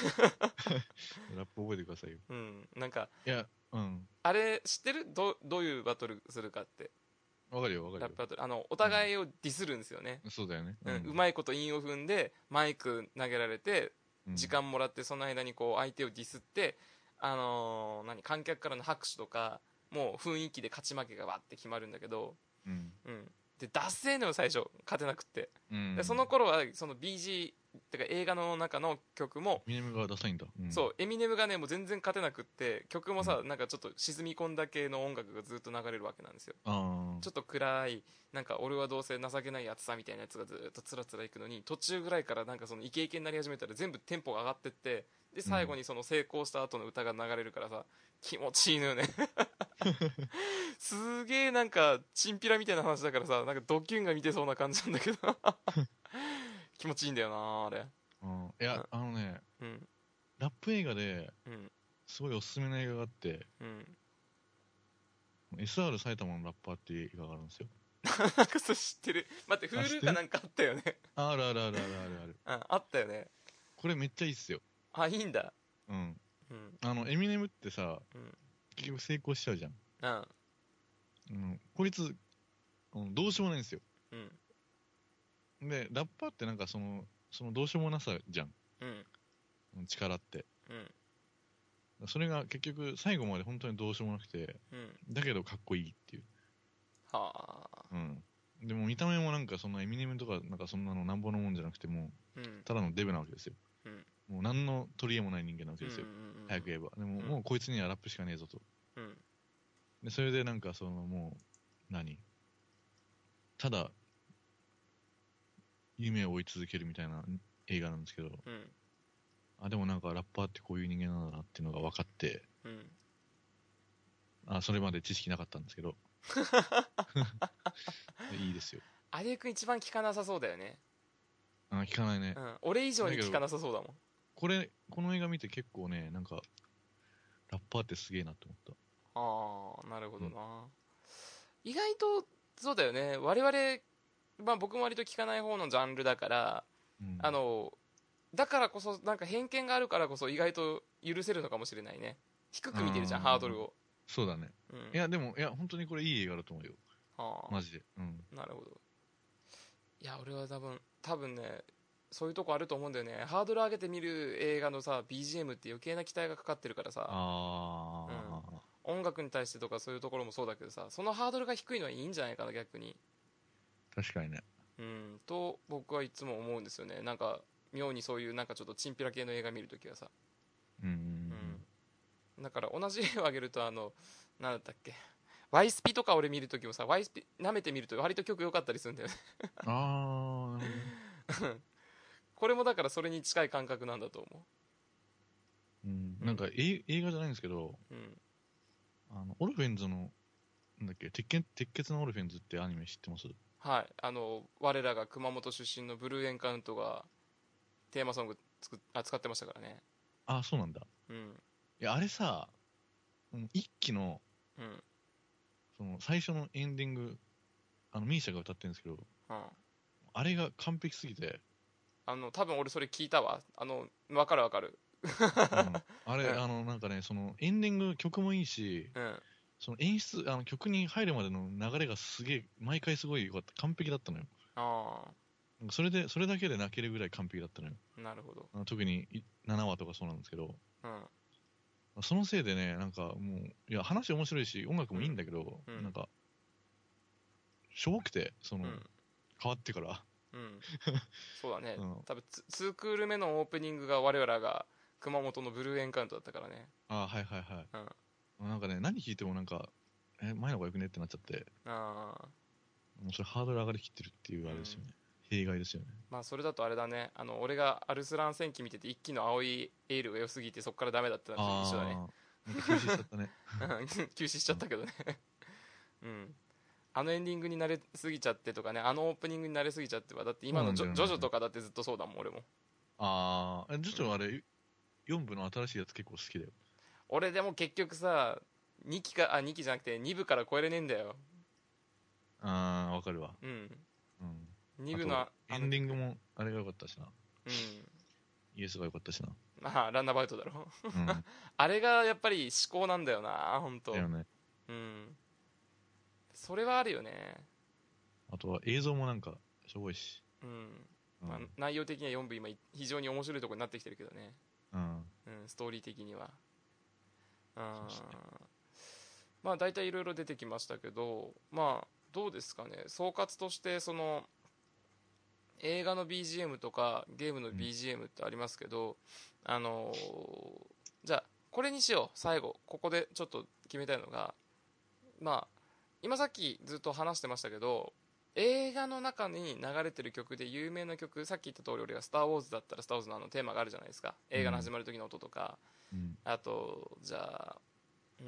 Speaker 3: ラップ覚えてくださいよ。
Speaker 2: うんなんか
Speaker 3: いや、うん。
Speaker 2: あれ知ってるどどういうバトルするかって
Speaker 3: わかるよわか
Speaker 2: ラッ
Speaker 3: る
Speaker 2: プバトルあのお互いをディスるんですよね、
Speaker 3: よ。そうだよね。
Speaker 2: うんうまいこと韻を踏んでマイク投げられて
Speaker 3: うん
Speaker 2: 時間もらってその間にこう相手をディスって、あのー何観客からの拍手とかもう雰囲気で勝ち負けがわって決まるんだけど、
Speaker 3: うん
Speaker 2: うん、で脱線のよ最初勝てなくって、
Speaker 3: うん
Speaker 2: でその頃はその BG ってか映画の中の曲も、
Speaker 3: ミネムがダサいんだ、うん
Speaker 2: そうエミネムがねもう全然勝てなくって曲もさ、なんかちょっと沈み込んだ系の音楽がずっと流れるわけなんですよ
Speaker 3: あ
Speaker 2: ちょっと暗いなんか俺はどうせ情けないやつさみたいなやつがずっとつらつらいくのに途中ぐらいからなんかそのイケイケになり始めたら全部テンポが上がってってで最後にその成功した後の歌が流れるからさ 気持ちいいのよ ねすげえなんかチンピラみたいな話だからさなんかドキュンが見てそうな感じなんだけど 気持ちいいんだよなあれ
Speaker 3: あーいやあのね
Speaker 2: うん
Speaker 3: ラップ映画で
Speaker 2: うん
Speaker 3: すごいおすすめの映画があって
Speaker 2: うん
Speaker 3: SR 埼玉のラッパーっていう映画があるんですよ。
Speaker 2: なんかそれ知ってる待って
Speaker 3: あ
Speaker 2: Hulu
Speaker 3: 知ってる
Speaker 2: かなんかあったよね
Speaker 3: あるあるあるあるあるある。
Speaker 2: うんあったよね
Speaker 3: これめっちゃいいっすよ。
Speaker 2: あいいんだ
Speaker 3: うん。
Speaker 2: うん
Speaker 3: あの、エミネムってさ、
Speaker 2: うん
Speaker 3: 結局成功しちゃうじゃん。
Speaker 2: うん
Speaker 3: うん。こいつ、うん、どうしようもないんですよ。
Speaker 2: うん
Speaker 3: で、ラッパーってなんかその、そのどうしようもなさじゃん。
Speaker 2: うん
Speaker 3: うん力って。
Speaker 2: うん
Speaker 3: それが結局最後まで本当にどうしようもなくて、
Speaker 2: うん
Speaker 3: だけどかっこいいっていう。
Speaker 2: はあ
Speaker 3: うん。でも見た目もなんかそんなエミネムとかなんかそんなのなんぼのもんじゃなくても
Speaker 2: うん
Speaker 3: うただのデブなわけですよ。
Speaker 2: うん
Speaker 3: もう何の取り柄もない人間なわけですよ。
Speaker 2: うん
Speaker 3: 早く言えば。でも、
Speaker 2: うん
Speaker 3: もうこいつにはラップしかねえぞと。
Speaker 2: うん
Speaker 3: で、それでなんかそのもう、何ただ、夢を追い続けるみたいな映画なんですけど、
Speaker 2: うん
Speaker 3: あ、でもなんかラッパーってこういう人間なんだなっていうのが分かって、
Speaker 2: うん
Speaker 3: あ、それまで知識なかったんですけ ど。いいですよ。
Speaker 2: あれくん一番聞かなさそうだよね
Speaker 3: あ、聞かないね
Speaker 2: う。ん俺以上に聞かなさそうだもん
Speaker 3: これ、この映画見て結構ね、なんか、ラッパーってすげえなって思った。
Speaker 2: ああなるほどな、意外とそうだよね我々まあ僕も割と聞かない方のジャンルだから、
Speaker 3: うん
Speaker 2: あのだからこそなんか偏見があるからこそ意外と許せるのかもしれないね低く見てるじゃん
Speaker 3: うん
Speaker 2: ハードルを、
Speaker 3: そうだね。
Speaker 2: うん、
Speaker 3: いや、でも、いや、本当にこれいい映画だと思うよ。
Speaker 2: あー
Speaker 3: マジで。うん。
Speaker 2: なるほどいや俺は多分多分ねそういうとこあると思うんだよねハードル上げて見る映画のさ BGM って余計な期待がかかってるからさ
Speaker 3: あ
Speaker 2: 音楽に対してとかそういうところもそうだけどさそのハードルが低いのはいいんじゃないかな逆に
Speaker 3: ー、確かにね。
Speaker 2: うんと僕はいつも思うんですよねなんか妙にそういうなんかちょっとチンピラ系の映画見るときはさ、
Speaker 3: うんうん
Speaker 2: だから同じ例を挙げるとあのなんだったっけワイスピとか俺見るときもさワイスピ舐めてみると割と曲良かったりするんだよね
Speaker 3: うん。あー、
Speaker 2: これもだからそれに近い感覚なんだと思
Speaker 3: うん、なんか、え映画じゃないんですけど、
Speaker 2: ううん
Speaker 3: あの、オルフェンズの、なんだっけ、鉄拳、鉄血のオルフェンズってアニメ知ってます
Speaker 2: はいあの我らが熊本出身のブルーエンカウントがテーマソング作っあ使ってましたからね
Speaker 3: あー、そうなんだ。
Speaker 2: うん
Speaker 3: いや、あれさ、うん一期の、
Speaker 2: うん
Speaker 3: その、最初のエンディング、あの、ミーシャが歌ってるんですけど、
Speaker 2: うん
Speaker 3: あれが完璧すぎて、
Speaker 2: あの多分俺それ聞いたわあの分かる分かる
Speaker 3: うんあれ、
Speaker 2: うん
Speaker 3: あの、なんかね、その、エンディング曲もいいし、
Speaker 2: うん
Speaker 3: その演出、あの曲に入るまでの流れがすげえ、毎回すごい良かった。完璧だったのよ。
Speaker 2: あ
Speaker 3: それで、それだけで泣けるぐらい完璧だったのよ。
Speaker 2: あなるほど
Speaker 3: あの特にい7話とかそうなんですけど、
Speaker 2: うん
Speaker 3: そのせいでね、なんかもう、いや、話面白いし、音楽もいいんだけど、
Speaker 2: うん
Speaker 3: なんか、しょぼくて、その、
Speaker 2: うん
Speaker 3: 変わってから。
Speaker 2: うん、そうだね、
Speaker 3: うん
Speaker 2: 多分ツ2クール目のオープニングが我らが熊本のブルーエンカウントだったからね
Speaker 3: ああ、はいはいはい。なんかね、何聞いてもなんか、え、前の方がよくねってなっちゃって、
Speaker 2: あー
Speaker 3: もうそれハードル上がりきってるっていうあれですよね。弊害ですよね。
Speaker 2: まあそれだとあれだねあの俺がアルスラン戦記見てて一気の青いエールが良すぎてそっからダメだったのと
Speaker 3: あ
Speaker 2: 一緒だね
Speaker 3: あー、なんか休止しち ゃったね。
Speaker 2: うん休止しちゃったけどね うんあのエンディングに慣れすぎちゃってとかねあのオープニングに慣れすぎちゃってはだって今のジ
Speaker 3: そう
Speaker 2: ョ
Speaker 3: なん
Speaker 2: ジョ
Speaker 3: だよ
Speaker 2: ジ
Speaker 3: ね
Speaker 2: ョとかだってずっとそうだもん俺も
Speaker 3: ああ、えちょっとあれ、4部の新しいやつ結構好きだよ。
Speaker 2: 俺でも結局さ2期かあ2期じゃなくて2部から超えれねえんだよ
Speaker 3: ああ、わかるわ。
Speaker 2: うん
Speaker 3: うん。
Speaker 2: 2部の
Speaker 3: あ
Speaker 2: あ
Speaker 3: とエ
Speaker 2: あ
Speaker 3: ン
Speaker 2: の
Speaker 3: ディングもあれが良かったしな。
Speaker 2: うん
Speaker 3: イエスが良かったしな。
Speaker 2: まあランナーバウトだろ
Speaker 3: うん。だ
Speaker 2: あれがやっぱり思考なんだよな本当
Speaker 3: よね。
Speaker 2: うんそれはあるよね
Speaker 3: あとは映像もなんか、しょぼいし。
Speaker 2: うん、
Speaker 3: うん。
Speaker 2: まあ、内容的には4部今非常に面白いところになってきてるけどね
Speaker 3: うん
Speaker 2: うんストーリー的にはうん
Speaker 3: そうですね
Speaker 2: まあ大体いろいろ出てきましたけどまあどうですかね総括としてその映画の BGM とかゲームの
Speaker 3: うん
Speaker 2: BGM ってありますけど、あのーじゃあこれにしよう最後ここでちょっと決めたいのがまあ今さっきずっと話してましたけど映画の中に流れてる曲で有名な曲さっき言った通り俺が「スター・ウォーズ」だったら「スター・ウォーズ」のあのテーマがあるじゃないですか映画の始まる時の音とか、
Speaker 3: うん。
Speaker 2: あとじゃあうー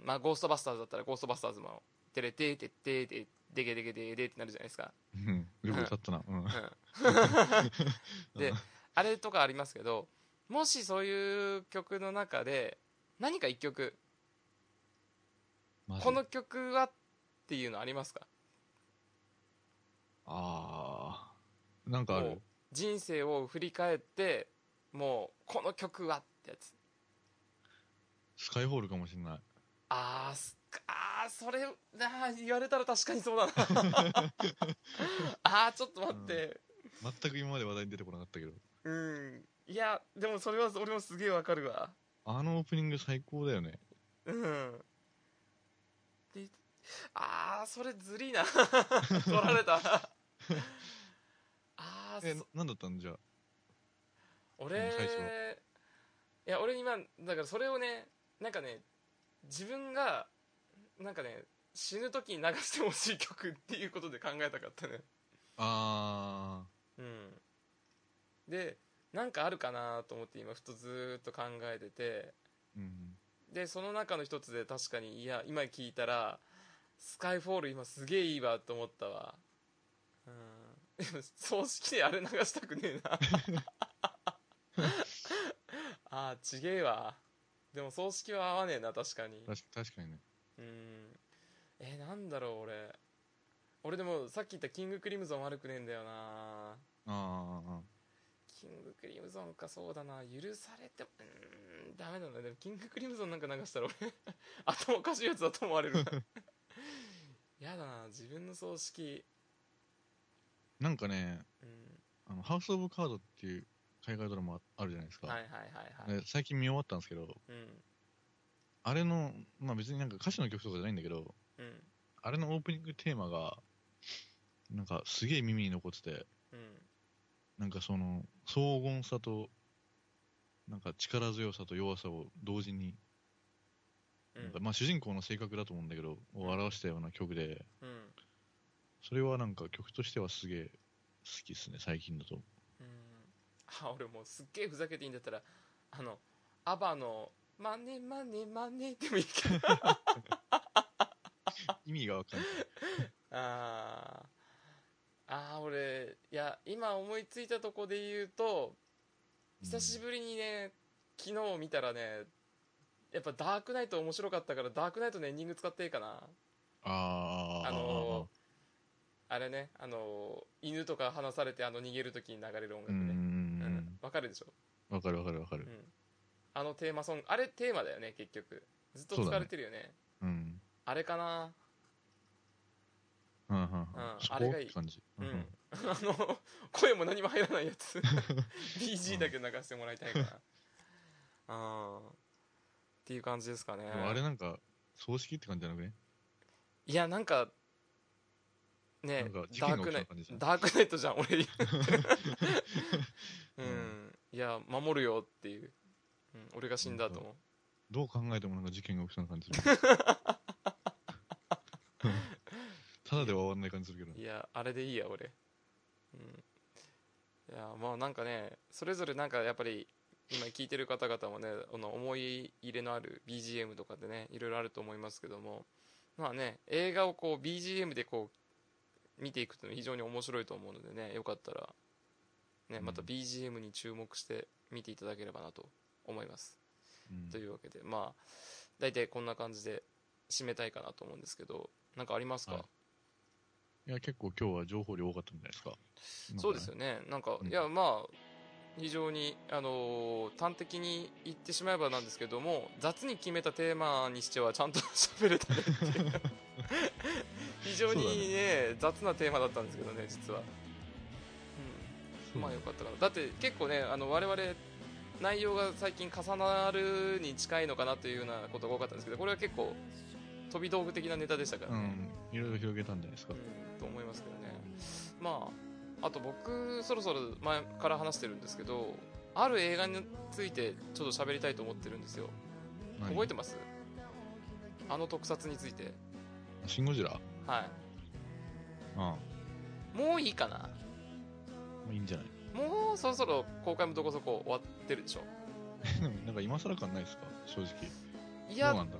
Speaker 2: んまあ「ゴーストバスターズ」だったら「ゴーストバスターズ」も「テレテテテテデゲデゲデデ」ってなるじゃないですか
Speaker 3: うん。よく歌ったな。うん。
Speaker 2: うん であれとかありますけどもしそういう曲の中で何か一曲
Speaker 3: まず
Speaker 2: この曲はっていうのありますか
Speaker 3: ああ。なんかあ
Speaker 2: もう
Speaker 3: る。
Speaker 2: 人生を振り返ってもうこの曲はってやつ
Speaker 3: スカイホールかもしれない。
Speaker 2: あーすあーそれなあ言われたら確かに そうだなあーちょっと待って
Speaker 3: 全く今まで話題に出てこなかったけど。
Speaker 2: うん、いやでもそれは俺もすげえわかるわ
Speaker 3: あのオープニング最高だよね。
Speaker 2: うんであーそれずりいな 取られ たあー
Speaker 3: え、
Speaker 2: そ
Speaker 3: ななんだったんじゃあ。
Speaker 2: 俺
Speaker 3: 最初
Speaker 2: いや俺今だからそれをねなんかね自分がなんかね死ぬ時に流してほしい曲っていうことで考えたかったね
Speaker 3: あ
Speaker 2: うんでなんかあるかなと思って今ふとずーっと考えてて
Speaker 3: ー。うん。
Speaker 2: でその中の一つで確かにいや今聞いたら「スカイフォール今すげえいいわ」と思ったわうん でも葬式であれ流したくねえな ああちげえわでも葬式は合わねえな確かに
Speaker 3: 確確かにね。
Speaker 2: うんえー、なんだろう俺俺でもさっき言ったキングクリムゾン悪くねえんだよな
Speaker 3: あーあー。あー
Speaker 2: キングクリムゾンかそうだな許されてもうーんダメなんだねでもキングクリムゾンなんか流したら俺 頭おかしいやつだと思われる なやだな自分の葬式
Speaker 3: なんかね、
Speaker 2: うん
Speaker 3: あの、ハウス・オブ・カードっていう海外ドラマあるじゃないですか。
Speaker 2: はいはいはいはい
Speaker 3: で最近見終わったんですけど、
Speaker 2: うん
Speaker 3: あれの、まあ別になんか歌詞の曲とかじゃないんだけど、
Speaker 2: うん
Speaker 3: あれのオープニングテーマが、なんかすげえ耳に残ってて、
Speaker 2: うん
Speaker 3: なんかその、荘厳さと、なんか力強さと弱さを同時に、
Speaker 2: う
Speaker 3: なん
Speaker 2: ん
Speaker 3: かまあ主人公の性格だと思うんだけど、を表したような曲で、
Speaker 2: うん
Speaker 3: それはなんか曲としてはすげえ好きっすね、最近だと。
Speaker 2: うんあ俺もうすっげえふざけていいんだったらあのアバの「マネマネマネ」でもいいけど
Speaker 3: 意味がわかんない。
Speaker 2: あーあー俺いや今思いついたとこで言うと 久しぶりにね昨日見たらねやっぱダークナイト面白かったからダークナイトのエンディング使っていいかな
Speaker 3: あーあー、
Speaker 2: あのあれねあの犬とか離されてあの逃げる時に流れる音
Speaker 3: う
Speaker 2: 楽
Speaker 3: んう
Speaker 2: ねうんんわかるでしょ、
Speaker 3: わかるわかるわか
Speaker 2: うん
Speaker 3: る。、
Speaker 2: あのテーマソングあれテーマだよね結局ずっと
Speaker 3: そう
Speaker 2: 使
Speaker 3: だ
Speaker 2: わ
Speaker 3: ね
Speaker 2: れてるよね
Speaker 3: うん。
Speaker 2: あれかな
Speaker 3: うんうんうん
Speaker 2: うん
Speaker 3: そこ
Speaker 2: あれがいい
Speaker 3: って感じ。
Speaker 2: うん、
Speaker 3: うんうん
Speaker 2: あの声も何も入らないや つ BG だけ流してもらいたいかなあーっていう感じですかね
Speaker 3: でもあれなんか、葬式って感じじゃなくね
Speaker 2: いやなんかね
Speaker 3: なんか事
Speaker 2: ダ
Speaker 3: 件
Speaker 2: ー
Speaker 3: が
Speaker 2: クナイ
Speaker 3: 起きた感じじゃん
Speaker 2: ダークナイトじゃ ん俺う
Speaker 3: うん
Speaker 2: いや守るよっていう、うん、俺が死んだと思う
Speaker 3: どう考えてもなんか事件が起きそうな感じする。 ただでは終わんない感じするけど。
Speaker 2: いやあれでいいや俺うんいやまあなんかねそれぞれなんかやっぱり今聞いてる方々もねあの思い入れのある BGM とかでねいろいろあると思いますけどもまあね映画をこう BGM でこう見ていくというのは非常に面白いと思うのでねよかったらね
Speaker 3: うん
Speaker 2: また BGM に注目して見ていただければなと思います
Speaker 3: うん
Speaker 2: というわけでまあ大体こんな感じで締めたいかなと思うんですけどなんかありますか、
Speaker 3: はいいや、結構今日は情報量多かったんじゃないですか。
Speaker 2: そうです
Speaker 3: よ。
Speaker 2: よね、なんか、
Speaker 3: うん
Speaker 2: いや、まあ、非常に、あのー端的に言ってしまえばなんですけども、雑に決めたテーマにしては、ちゃんと 喋れたねっていう非常に
Speaker 3: そうだ
Speaker 2: ね雑なテーマだったんですけどね、実は。うん、まあ、よかったかな。だって、結構ね、あの我々内容が最近重なるに近いのかなというようなことが多かったんですけど、これは結構、飛び道具的なネタでしたから
Speaker 3: う
Speaker 2: ね。
Speaker 3: ん。いろいろ広げたんじゃないですか。
Speaker 2: うんと思いますけどねまああと僕そろそろ前から話してるんですけどある映画についてちょっと喋りたいと思ってるんですよ覚えて
Speaker 3: ま
Speaker 2: ますあの特撮について
Speaker 3: すシン・ゴジラあ
Speaker 2: は
Speaker 3: あ。ま
Speaker 2: いもういいかな
Speaker 3: あいいんじゃない
Speaker 2: もうそろそろ公開もどこそこ終わってるでしょ
Speaker 3: でもなんか今更感ないですか正直。
Speaker 2: い
Speaker 3: い
Speaker 2: や
Speaker 3: どうなんだ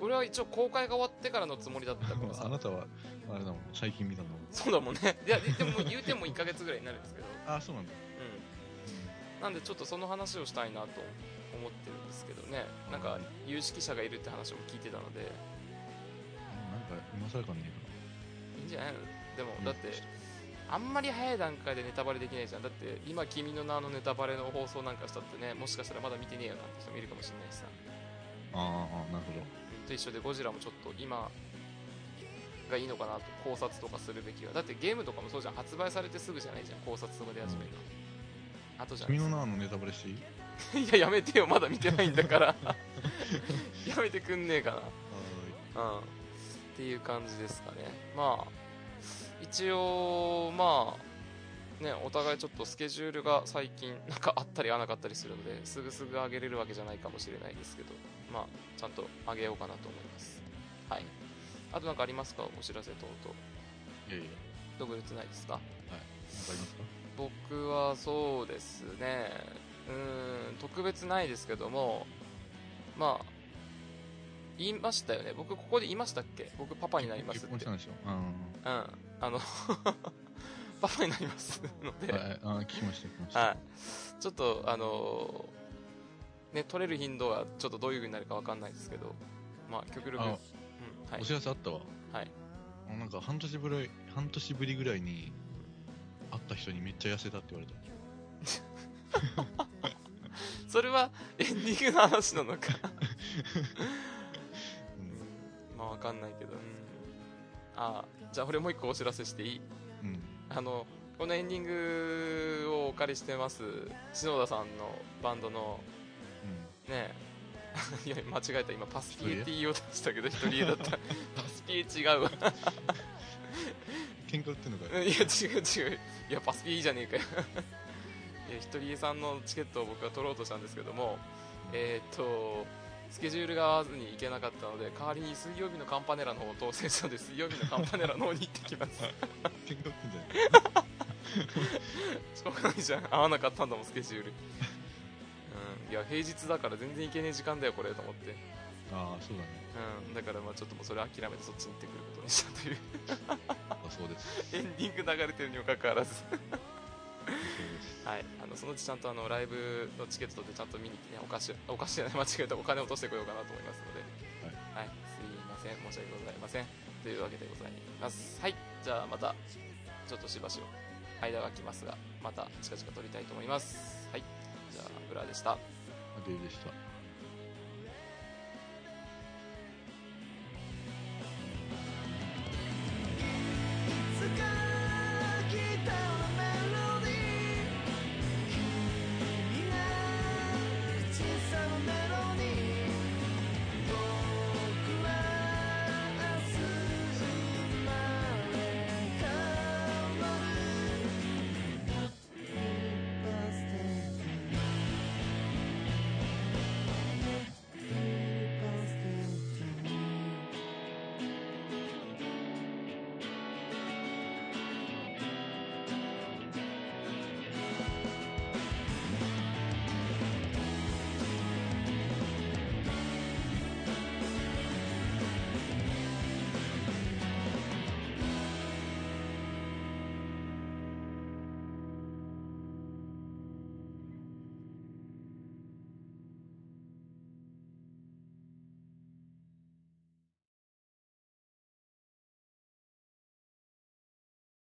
Speaker 2: 俺は一応公開が終わってからのつもりだったから
Speaker 3: あ
Speaker 2: さ
Speaker 3: なたは、あれだもんね。最近見たんだもん。
Speaker 2: そうだもんねいやででも言うても1ヶ月ぐらいになるんですけど
Speaker 3: ああ、そうなんだ。
Speaker 2: うん、なんでちょっとその話をしたいなと思ってるんですけどねなんか有識者がいるって話を聞いてたので
Speaker 3: さらかんね
Speaker 2: いいんじゃないのでも
Speaker 3: えか、ら
Speaker 2: だってあんまり早い段階でネタバレできないじゃんだって今「君の名」のネタバレの放送なんかしたってねもしかしたらまだ見てねえよなんて人もいるかもしれないしさ
Speaker 3: あーあーなるほど
Speaker 2: と一緒でゴジラもちょっと今がいいのかなと考察とかするべきはだってゲームとかもそうじゃん発売されてすぐじゃないじゃん考察とか出始めるの、あとじゃない
Speaker 3: 君の名のネタバレしてい い
Speaker 2: いややめてよまだ見てないんだから やめてくんねえかなうんっていう感じですかねまあ一応まあねお互いちょっとスケジュールが最近なんかあったり合わなかったりするのですぐすぐ上げれるわけじゃないかもしれないですけどまあちゃんと上げようかなと思いますはいあと何かありますかお知らせ等々
Speaker 3: いやいや
Speaker 2: 特別ないですか
Speaker 3: わかりますか
Speaker 2: 僕はそうですねうーん特別ないですけどもまあ言いましたよね僕ここで言いましたっけ僕パパになります
Speaker 3: 結
Speaker 2: っ
Speaker 3: 婚してたんでしょうん
Speaker 2: うんあの パパになりますので、
Speaker 3: は
Speaker 2: はい
Speaker 3: い、あー聞きました、聞きました。
Speaker 2: ちょっとあのーね取れる頻度はちょっとどういう風になるかわかんないですけどまあ極力、うん、
Speaker 3: あ
Speaker 2: はい
Speaker 3: お知らせあったわ。
Speaker 2: はい
Speaker 3: もうなんか半年ぶり、半年ぶりぐらいに会った人にめっちゃ痩せたって言われた。
Speaker 2: それはエンディングの話なのか
Speaker 3: う
Speaker 2: まあわかんないけど、うん、あじゃあ俺もう一個お知らせしていい
Speaker 3: ん。うん。
Speaker 2: あのこのエンディングをお借りしてます篠田さんのバンドのね いや間違えた今パスピエティを出したけど一人絵だったパスピエ違うわ
Speaker 3: 喧嘩売ってんのか
Speaker 2: うんい
Speaker 3: よ。
Speaker 2: や違う違ういやパスピエいいじゃねえかよ いや一人絵さんのチケットを僕は取ろうとしたんですけどもえーっとスケジュールが合わずに行けなかったので代わりに水曜日のカンパネラの方を当選したので水曜日のカンパネラの方に行ってきます
Speaker 3: 喧嘩売ってんじゃない
Speaker 2: しょうがないじゃん合わなかったんだもんスケジュール、うん、いや平日だから全然行けねえ時間だよこれと思って、
Speaker 3: ああ、そうだね。
Speaker 2: うん、だからまあちょっともうそれ諦めてそっちに行ってくることにしたという
Speaker 3: あそうです。
Speaker 2: エンディング流れてるにもかかわらず、
Speaker 3: そうです。
Speaker 2: はい、あのそのうちちゃんとあのライブのチケット取ってちゃんと見に来てねお菓子をお菓子じゃない間違 えたお金を落としてこようかなと思いますので、はいすいません申し訳ございませんというわけでございますはいじゃあまたちょっとしばしば間が空きますがまた近々撮りたいと思いますはいじゃあ裏でした
Speaker 3: デールでした。